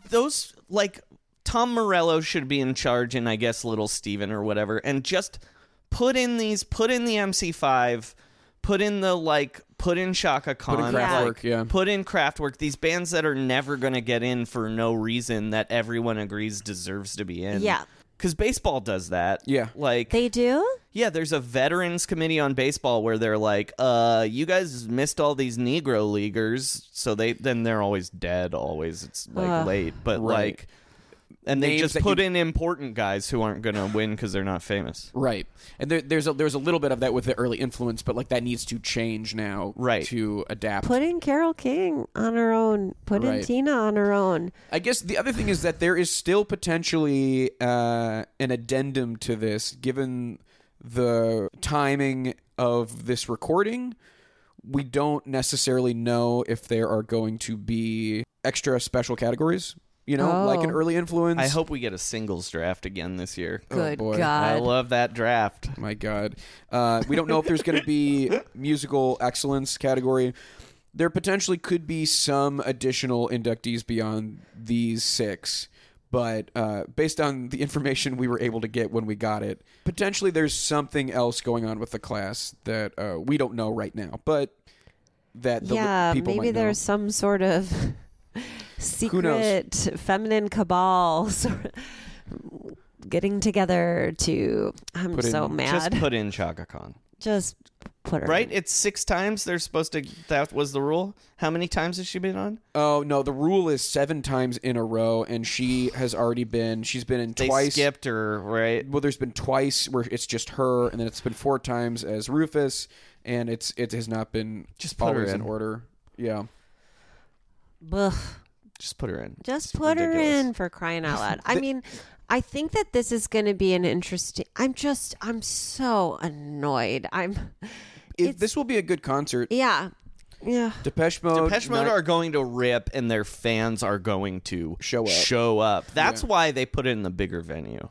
S3: those like Tom Morello should be in charge and I guess little Steven or whatever and just put in these put in the MC5 put in the like put in Shaka Khan
S1: Kraftwerk,
S3: like,
S1: yeah.
S3: put in Kraftwerk these bands that are never going to get in for no reason that everyone agrees deserves to be in
S2: Yeah.
S3: cuz baseball does that
S1: Yeah.
S3: like
S2: they do.
S3: yeah, there's a veterans committee on baseball where they're like, uh, you guys missed all these Negro leaguers, so they then they're always dead, always. It's like
S2: Ugh.
S3: late. But
S1: Right.
S3: like and they
S1: Names
S3: just
S1: that
S3: put
S1: you-
S3: in important guys who aren't gonna win because they're not famous.
S1: Right, and there, there's a, there's a little bit of that with the early influence, but like that needs to change now,
S3: Right.
S1: To adapt.
S2: Put in Carol King on her own. Put in
S1: Right.
S2: Tina on her own.
S1: I guess the other thing is that there is still potentially uh, an addendum to this, given the timing of this recording. We don't necessarily know if there are going to be extra special categories. You know, like an
S2: Oh.
S1: early influence. Oh,
S3: I hope we get a singles draft again this year.
S2: Good
S1: boy.
S3: I
S2: God.
S3: love that draft.
S1: My God. Uh, we don't know if there's going to be musical excellence category. There potentially could be some additional inductees beyond these six, but uh, based on the information we were able to get when we got it, potentially there's something else going on with the class that uh, we don't know right now, but that Uh, the li-
S2: yeah,
S1: people
S2: maybe
S1: might know.
S2: there's some sort of secret feminine cabal sort of getting together to. I'm
S1: Put
S2: so
S1: in-
S2: mad.
S3: Just put in Chaka Khan.
S2: Just put her
S3: Right?
S2: in.
S3: It's six times they're supposed to that was the rule. How many times has she been on?
S1: Oh no, the rule is seven times in a row, and she has already been. She's been in
S3: They
S1: twice.
S3: skipped her, right?
S1: well there's been twice where it's just her and then it's been four times as rufus and it's it has not been
S3: Just put her
S1: always in
S3: in.
S1: order yeah
S2: Ugh.
S3: Just put her in.
S2: Just
S3: It's
S2: put her
S3: ridiculous.
S2: in for crying out loud. I mean, I think that this is going to be an interesting. I'm just, I'm so annoyed. I'm,
S1: if this will be a good concert
S2: yeah, yeah.
S1: depeche
S2: Oh,
S1: mode
S3: Depeche Mode
S1: Ni-
S3: are going to rip, and their fans are going to
S1: Show up.
S3: Show up. That's why they put it in the bigger venue.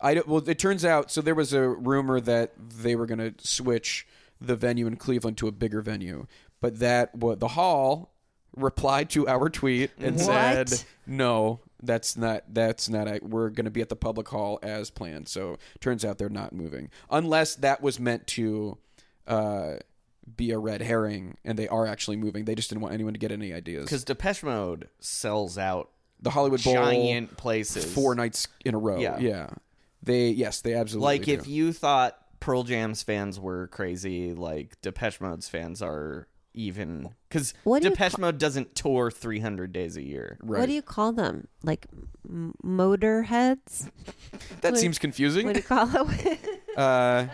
S1: I don't, well it turns out so there was a rumor that they were going to switch the venue in cleveland to a bigger venue but that what the hall replied to our tweet
S3: Mhm.
S1: and
S2: What?
S1: said no that's not that's not a, we're going to be at the public hall as planned so turns out they're not moving unless that was meant to uh, be a red herring and they are actually moving they just didn't want anyone to get any ideas
S3: Because Depeche Mode sells out
S1: the hollywood bowl
S3: giant places.
S1: four nights in a row yeah,
S3: Yeah.
S1: they yes they absolutely
S3: Like if
S1: do.
S3: you thought Pearl Jam's fans were crazy, like Depeche Mode's fans are even because
S2: What do you
S3: Depeche Mode doesn't tour 300 days a year.
S2: What do you call them? Like m- motor heads?
S1: that seems confusing
S2: What do you call it?
S1: Uh,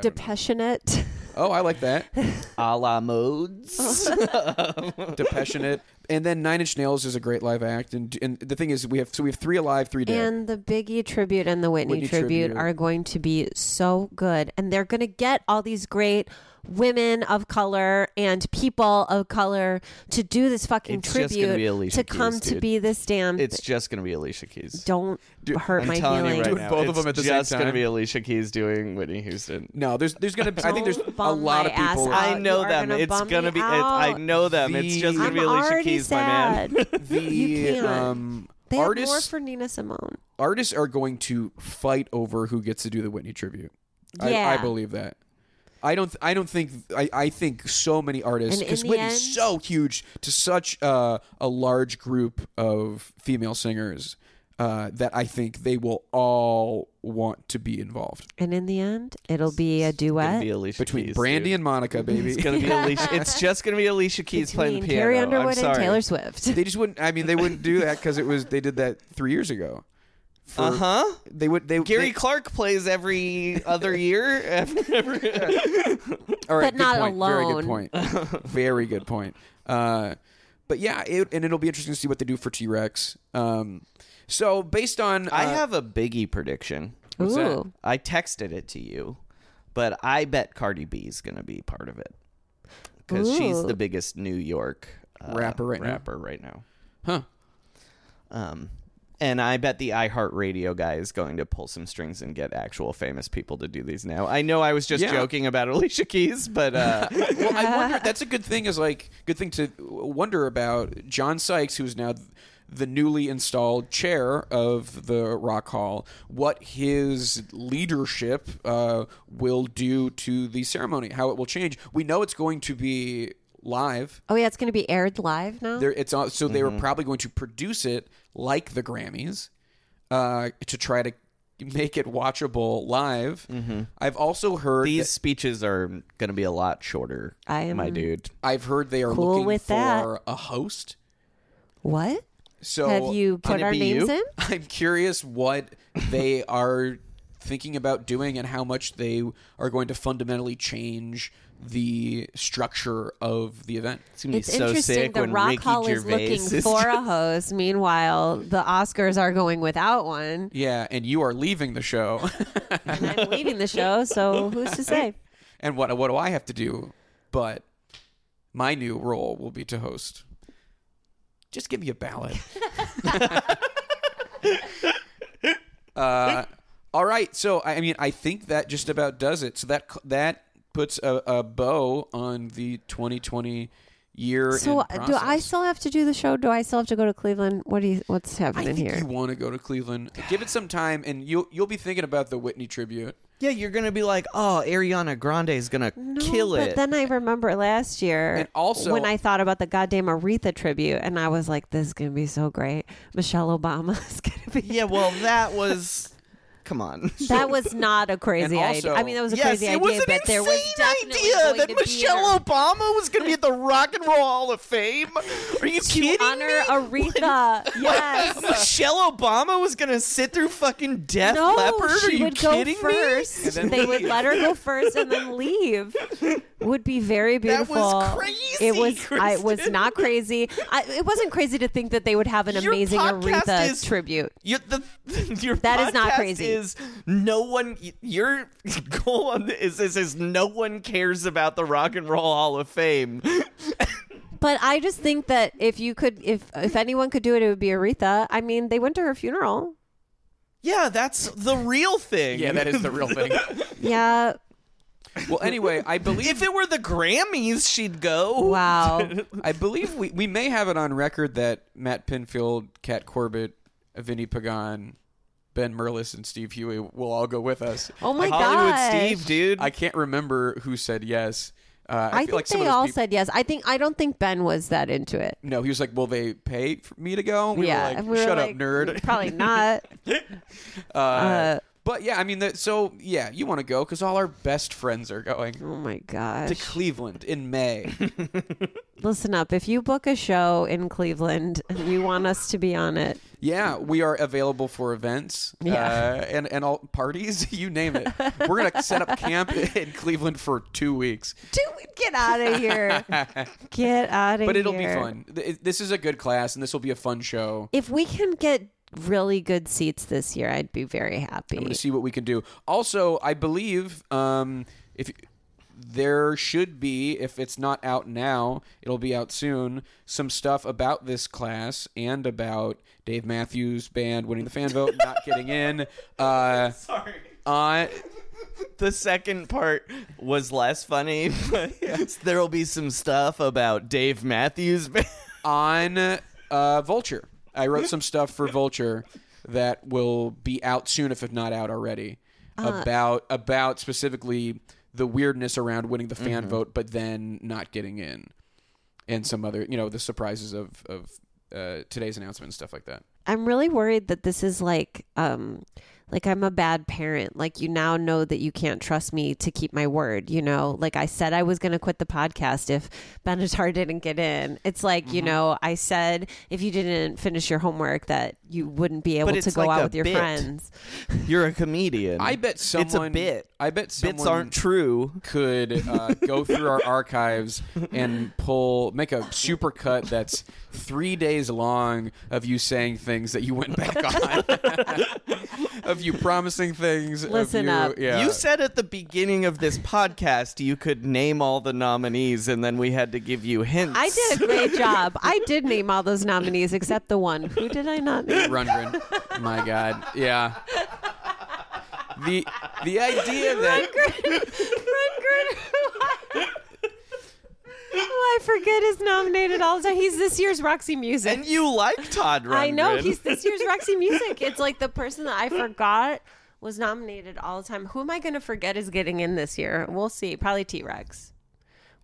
S2: Depassionate.
S1: oh, I like that.
S3: A la modes.
S1: Depassionate. And then Nine Inch Nails is a great live act. And and the thing is, we have so we have three alive, three dead.
S2: And the Biggie tribute and the Whitney,
S1: Whitney
S2: tribute,
S1: tribute.
S2: are going to be so good. And they're going to get all these great women of color and people of color to do this fucking
S3: It's just gonna
S2: tribute
S3: be Alicia
S2: to come
S3: Keys,
S2: to
S3: dude.
S2: be this damn.
S3: it's just gonna be Alicia Keys.
S2: don't hurt
S3: I'm
S2: my
S3: telling
S2: feelings.
S3: you
S1: Doing
S3: right now,
S1: both of
S3: it's
S1: them at the same
S3: just gonna
S1: time.
S3: be Alicia Keys doing Whitney Houston.
S1: no, there's there's gonna be, I think there's
S2: Don't
S1: a
S2: bum
S1: lot of
S2: my ass
S1: people.
S2: out.
S3: I
S2: Oh,
S3: know
S2: you are
S3: them.
S2: gonna
S3: it's
S2: bum me
S3: gonna be. It, I
S2: out.
S3: know them. It's
S1: The-
S3: just gonna
S2: I'm
S3: be Alicia
S2: already
S3: Keys,
S2: sad.
S3: my man.
S1: The
S2: can't.
S1: um,
S2: They have more
S1: artists
S2: for Nina Simone.
S1: artists are going to fight over who gets to do the Whitney tribute. I, I
S2: Yeah.
S1: believe that. I don't. I don't think. I, I think so many artists
S2: And
S1: because
S2: in the
S1: Whitney's
S2: end-
S1: so huge to such uh, a large group of female singers uh, that I think they will all want to be involved
S2: And in the end, it'll be a duet.
S3: be Alicia
S1: between
S3: Keys,
S1: Brandy
S3: dude.
S1: and Monica, baby.
S3: It's gonna be Alicia. It's just gonna be Alicia Keys playing the
S2: between
S3: piano.
S2: Carrie
S3: I'm
S2: Underwood and
S3: sorry.
S2: Taylor Swift.
S1: they just wouldn't. I mean, they wouldn't do that because it was they did that three years ago.
S3: Uh huh.
S1: They would. They
S3: Gary
S1: they-
S3: Clark plays every other year.
S1: All right,
S2: But
S1: good
S2: not
S1: point.
S2: alone.
S1: Very good point. Very good point. Uh, but yeah, it, and it'll be interesting to see what they do for T Rex. Um, so based on,
S3: I
S1: uh,
S3: have a biggie prediction.
S1: what's that?
S2: Ooh.
S3: I texted it to you, but I bet Cardi B is going to be part of it because she's
S2: Ooh.
S3: the biggest New York uh,
S1: Rapper right now.
S3: rapper right now.
S1: huh?
S3: Um, and I bet the iHeartRadio guy is going to pull some strings and get actual famous people to do these now. I know I was just
S1: Yeah.
S3: joking about Alicia Keys, but uh,
S1: well, I wonder. That's a good thing. Is like good thing to wonder about. John Sykes, who's now the newly installed chair of the Rock Hall, what his leadership uh, will do to the ceremony, how it will change. We know it's going to be live.
S2: Oh yeah, it's going to be aired live now.
S1: There, it's on, so they were probably going to produce it like the Grammys uh, to try to make it watchable live. I've also heard
S3: these
S1: that-
S3: speeches are going to be a lot shorter.
S2: I am-
S3: my dude.
S1: I've heard they are
S2: Cool
S1: looking
S2: with
S1: for
S2: that.
S1: a host.
S2: What
S1: So
S2: have you put
S3: it
S2: our
S3: be
S2: names
S3: you?
S2: in?
S1: I'm curious what they are thinking about doing and how much they are going to fundamentally change the structure of the event.
S3: It's going to be
S2: It's
S3: so
S2: interesting.
S3: sick
S2: The
S3: when
S2: Rock
S3: Ricky
S2: Hall is
S3: Gervais
S2: looking for a host. Meanwhile, the Oscars are going without one.
S1: Yeah, and you are leaving the show.
S2: And I'm leaving the show, so who's to say?
S1: and what what do I have to do? But my new role will be to host. Just give me a ballot. uh, all right. So I I mean, I think that just about does it. So that that puts a, a bow on the 2020 year.
S2: So uh,
S1: in process.
S2: do I still have to do the show? Do I still have to go to Cleveland? What do you? What's
S1: I
S2: happening
S1: think
S2: here?
S1: you want to go to Cleveland. Give it some time, and you'll you'll be thinking about the Whitney tribute.
S3: Yeah, you're gonna be like, oh, Ariana Grande is gonna
S2: No,
S3: kill
S2: but
S3: it.
S2: then I remember last year,
S1: And also-
S2: when I thought about the goddamn Aretha tribute, and I was like, "This is gonna be so great." Michelle Obama is gonna be.
S3: yeah, well, that was. Come on.
S2: that was not a crazy
S1: And also-
S2: idea. I mean, that was a
S3: yes,
S2: crazy
S3: it
S2: idea,
S3: was an
S2: but there was
S3: insane
S2: definitely
S3: idea
S2: going
S3: that
S2: to be
S3: Michelle
S2: an-
S3: Obama was going to be at the Rock and Roll Hall of Fame. Are you kidding
S2: honor
S3: me?
S2: Aretha. yes.
S3: Michelle Obama was going to sit through fucking Def
S2: No,
S3: Leppard? Are
S2: she
S3: you
S2: would go
S3: kidding
S2: first.
S3: me?
S2: They would let her go first and then leave. Would be very
S3: That was
S2: beautiful.
S3: crazy,
S2: It was. I it was
S3: Kristen.
S2: not crazy. I, it wasn't crazy to think that they would have an
S3: Your
S2: amazing
S3: podcast
S2: Aretha
S3: is-
S2: tribute.
S3: You, the, your
S2: That is not
S3: podcast
S2: crazy.
S3: Is no one your goal on this is this is no one cares about the Rock and Roll Hall of Fame.
S2: But I just think that if you could, if if anyone could do it, it would be Aretha. I mean, they went to her funeral.
S3: Yeah, that's the real thing.
S1: is the real thing.
S2: Yeah.
S1: well, anyway, I believe
S3: If it were the Grammys, she'd go.
S2: Wow. Oh
S1: I believe we, we may have it on record that Matt Pinfield, Cat Corbett, Vinny Pagan, Ben Merlis, and Steve Huey will all go with us.
S2: Oh my
S3: Hollywood
S2: god.
S3: Steve, dude.
S1: I can't remember who said yes. Uh, I,
S2: I,
S1: feel
S2: think
S1: like some
S2: they
S1: of those
S2: all
S1: peop-
S2: said yes. I think I don't think Ben was that into it.
S1: no. He was like, "Will they pay for me to go?" We
S2: yeah.
S1: were like,
S2: we were
S1: "Shut
S2: like,
S1: up, nerd."
S2: Probably not.
S1: Uh, but yeah, I mean, that, so yeah, you want to go because all our best friends are going
S2: Oh my
S1: to
S2: gosh.
S1: Cleveland in May.
S2: Listen up. If you book a show in Cleveland and you want us to be on it,
S1: Yeah, we are available for events,
S2: Yeah.
S1: uh, and and all parties, you name it. We're gonna set up camp in Cleveland for two weeks,
S2: dude, get out of here. Get out of here.
S1: but it'll be fun. Th- it- This is a good class, and this will be a fun show.
S2: If we can get really good seats this year, I'd be very happy.
S1: I'm gonna see what we can do. Also, I believe um, if there should be, if it's not out now, it'll be out soon. Some stuff about this class and about Dave Matthews Band winning the fan vote, not getting in. Uh,
S3: Sorry. Um,
S1: on
S3: The second part was less funny. But There'll be some stuff about Dave Matthews. Band.
S1: on uh, Vulture. I wrote some stuff for Vulture that will be out soon, if it's not out already, about about specifically the weirdness around winning the fan
S3: Mm-hmm.
S1: vote, but then not getting in, and some other you know the surprises of of uh, today's announcement and stuff like that.
S2: I'm really worried that this is like um like I'm a bad parent. Like you now know that you can't trust me to keep my word, you know? Like I said I was going to quit the podcast if Benatar didn't get in. It's like,
S1: Mm-hmm.
S2: you know, I said if you didn't finish your homework that you wouldn't be able
S3: But
S2: to
S3: it's
S2: go
S3: like
S2: out
S3: a
S2: with your
S3: bit.
S2: friends.
S3: You're a comedian.
S1: I bet someone.
S3: It's a bit.
S1: I bet someone
S3: Bits aren't true.
S1: could uh, go through our archives and pull make a super cut that's three days long of you saying things that you went back on of you promising things of
S2: Listen
S1: you-
S2: up.
S1: yeah
S3: You said at the beginning of this podcast you could name all the nominees, and then we had to give you hints.
S2: I did a great job. I did name all those nominees except the one. Who did I not name?
S1: Rundgren. my god yeah the the idea that
S2: Rundgren, who I- who I forget is nominated all the time. He's this year's Roxy Music.
S3: And you like Todd Rundgren.
S2: I know he's this year's Roxy Music. It's like the person that I forgot was nominated all the time. Who am I going to forget is getting in this year? We'll see. Probably T Rex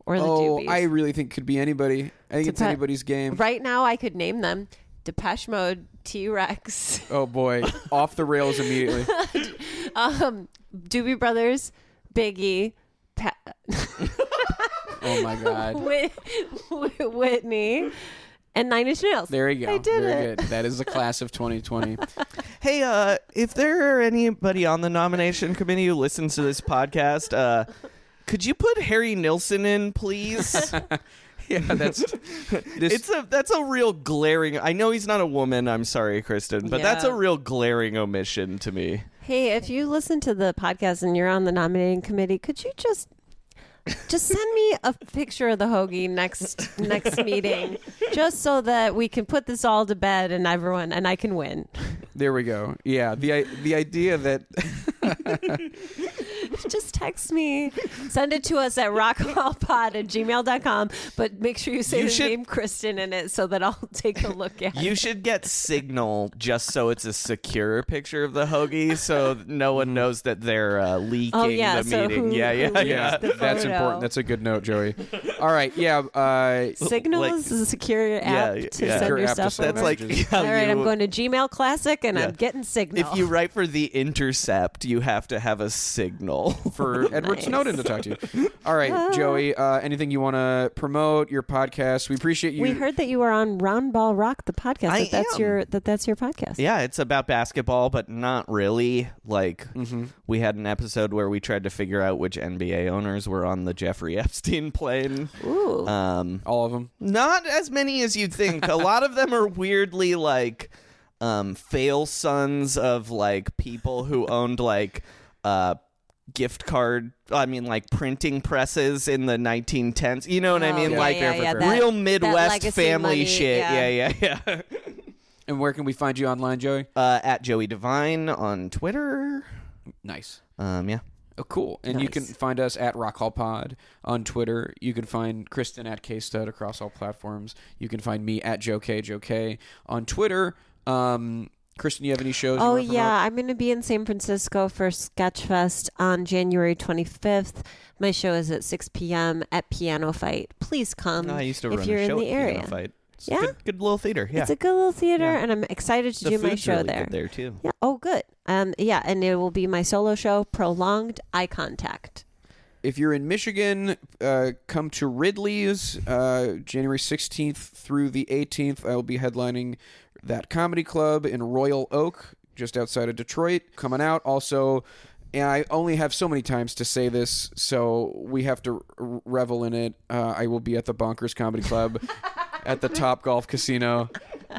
S2: or the
S1: oh
S2: Doobies.
S1: I really think could be anybody I think it's
S2: Depe-
S1: anybody's game
S2: Right now, I could name them: Depeche Mode, T Rex,
S1: oh boy off the rails immediately
S2: um, Doobie Brothers, Biggie, pa-
S1: oh my god
S2: Whit- Whitney, and Nine Inch Nails.
S1: there you go
S2: I did
S1: very
S2: it.
S1: good that is the class of 2020
S3: Hey, uh, if there are anybody on the nomination committee who listens to this podcast, uh, could you put Harry Nilsson in, please?
S1: yeah that's this
S3: it's a that's a real glaring. I know he's not a woman. I'm sorry, Kristen, but that's
S2: Yeah.
S3: a real glaring omission to me.
S2: Hey, if you listen to the podcast and you're on the nominating committee, could you just just send me a picture of the hoagie next next meeting, just so that we can put this all to bed and everyone and I can win.
S1: There we go. Yeah, the i- the idea that
S2: Just text me, send it to us at rockhallpod at gmail.com, but make sure you say
S3: You
S2: the
S3: should-
S2: name Kristen in it so that I'll take a look at.
S3: You should get Signal just so it's a secure picture of the hoagie, so no one knows that they're uh, leaking
S2: Oh, yeah,
S3: the
S2: so
S3: meeting.
S2: who-
S3: yeah, yeah,
S2: who leaked
S3: yeah.
S2: the
S1: that's
S2: photo.
S1: important. That's a good note, Joey. All right. Yeah. Uh,
S2: Signal
S3: like-
S2: is a secure app
S3: yeah,
S2: to
S3: yeah.
S2: send
S1: Secure
S2: your
S1: app to
S2: stuff.
S1: send
S2: over.
S3: That's like
S1: Messages.
S3: how
S2: all right,
S3: you-
S2: I'm going to Gmail Classic and
S3: Yeah.
S2: I'm getting Signal.
S3: If you write for the Intercept, you have to have a signal.
S1: for Edward
S2: Nice.
S1: Snowden to talk to you. All right, Joey. Uh, anything you want to promote? Your podcast. We appreciate you.
S2: We heard that you were on Roundball Rock, the podcast.
S3: I
S2: that that's
S3: am.
S2: your that that's your podcast.
S3: Yeah, it's about basketball, but not really. Like,
S1: Mm. Mm-hmm.
S3: we had an episode where we tried to figure out which NBA owners were on the Jeffrey Epstein plane.
S2: Ooh.
S3: Um,
S1: all of them.
S3: not as many as you'd think. A lot of them are weirdly like um, fail sons of like people who owned like uh, gift card. I mean, like printing presses in the 1910s. You know what I
S2: Oh,
S3: mean?
S2: yeah,
S3: like
S2: yeah, yeah, that-
S3: real
S2: that
S3: Midwest
S2: legacy
S3: family
S2: money,
S3: shit.
S2: yeah.
S3: yeah, yeah. yeah.
S1: And where can we find you online, Joey?
S3: uh, at Joey Divine on Twitter.
S1: Nice.
S3: Um, yeah.
S1: Oh, cool. And you can
S2: Nice.
S1: find us at Rock Hall Pod on Twitter. You can find Kristen at K Stud across all platforms. You can find me at Joe K Joe K on Twitter. Um, Kristen, you have any shows? you
S2: Oh
S1: wanna promote?
S2: yeah, I'm going to be in San Francisco for Sketchfest on January 25th. My show is at 6 p.m. at Piano Fight. Please come.
S3: I used to
S2: Um, if
S3: run
S2: you're
S3: a show
S2: in the
S3: at Piano
S2: area.
S3: Fight. It's a
S2: Yeah?
S3: good, good little theater. Yeah,
S2: It's a good little theater, and I'm excited to
S3: the
S2: do my
S3: food's
S2: show
S3: really
S2: there.
S3: Good there too.
S2: Yeah. Oh, good. Um, yeah, and it will be my solo show, Prolonged Eye Contact.
S1: if you're in Michigan, uh, come to Ridley's uh, January 16th through the 18th. I will be headlining that comedy club in Royal Oak, just outside of Detroit. Coming out also. And I only have so many times to say this, so we have to r- revel in it. Uh, I will be at the Bonkers Comedy Club at the Top Golf Casino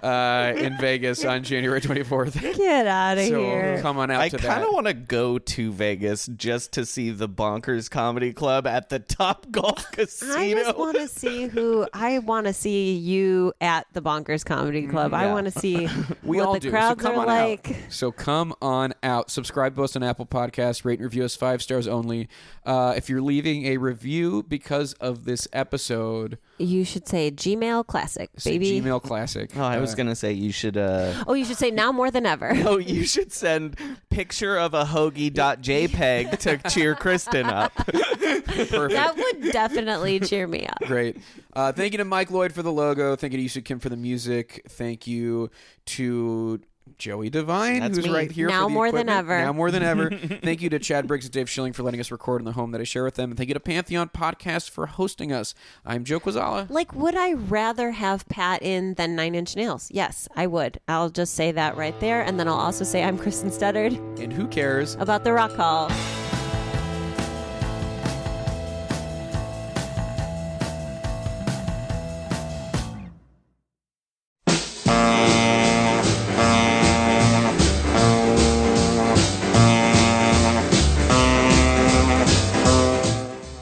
S1: uh, in Vegas on January 24th.
S2: Get out of
S1: so
S2: here.
S1: come on out
S3: I
S1: to
S3: kind
S1: that.
S3: of want to go to Vegas just to see the Bonkers Comedy Club at the Top Golf
S2: I
S3: Casino.
S2: just want to see who I want to see you at the Bonkers Comedy Club. I want to see
S1: Mm, We
S2: what
S1: all
S2: the
S1: do.
S2: crowds
S1: so come
S2: are
S1: on
S2: like.
S1: out. So come on out. Subscribe to us on Apple Podcasts. Rate and review us five stars only. Uh, if you're leaving a review because of this episode,
S2: You should say Gmail Classic,
S1: say
S2: baby.
S1: Gmail Classic.
S3: oh, I
S1: That
S3: was, was gonna say you should. uh
S2: Oh, you should say now more than ever.
S3: Oh, you should send picture of a hoagie.jpg to cheer Kristen up.
S1: Perfect.
S2: That would definitely cheer me up.
S1: Great. Uh, thank you to Mike Lloyd for the logo. Thank you to Yusuf Kim for the music. Thank you to Joey Devine,
S3: That's
S1: who's
S3: me.
S1: right here.
S2: Now
S1: for the
S2: more than
S1: equipment.
S2: ever.
S1: Now more than ever. thank you to Chad Briggs and Dave Schilling for letting us record in the home that I share with them. And thank you to Pantheon Podcast for hosting us. I'm Joe Quazala.
S2: Like, would I rather have Pat in than Nine Inch Nails? Yes, I would. I'll just say that right there. And then I'll also say I'm Kristen Studdard
S1: And who cares?
S2: about the Rock Hall.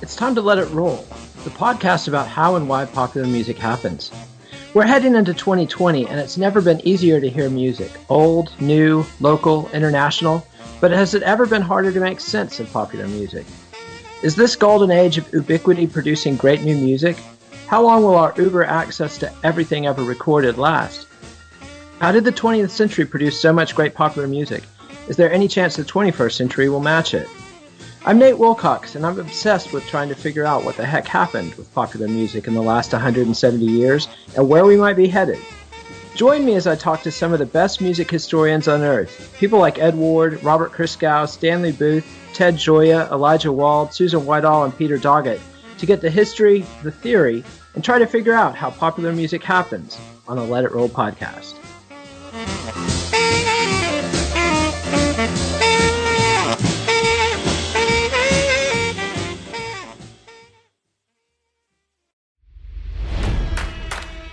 S5: It's time to let it roll, the podcast about how and why popular music happens. We're heading into 2020, and it's never been easier to hear music old, new, local, international. But has it ever been harder to make sense of popular music? Is this golden age of ubiquity producing great new music? How long will our uber access to everything ever recorded last? How did the 20th century produce so much great popular music? Is there any chance the 21st century will match it? I'm Nate Wilcox, and I'm obsessed with trying to figure out what the heck happened with popular music in the last 170 years and where we might be headed. Join me as I talk to some of the best music historians on earth people like Ed Ward, Robert Christgau, Stanley Booth, Ted Joya, Elijah Wald, Susan Whitehall, and Peter Doggett to get the history, the theory, and try to figure out how popular music happens on the Let It Roll podcast.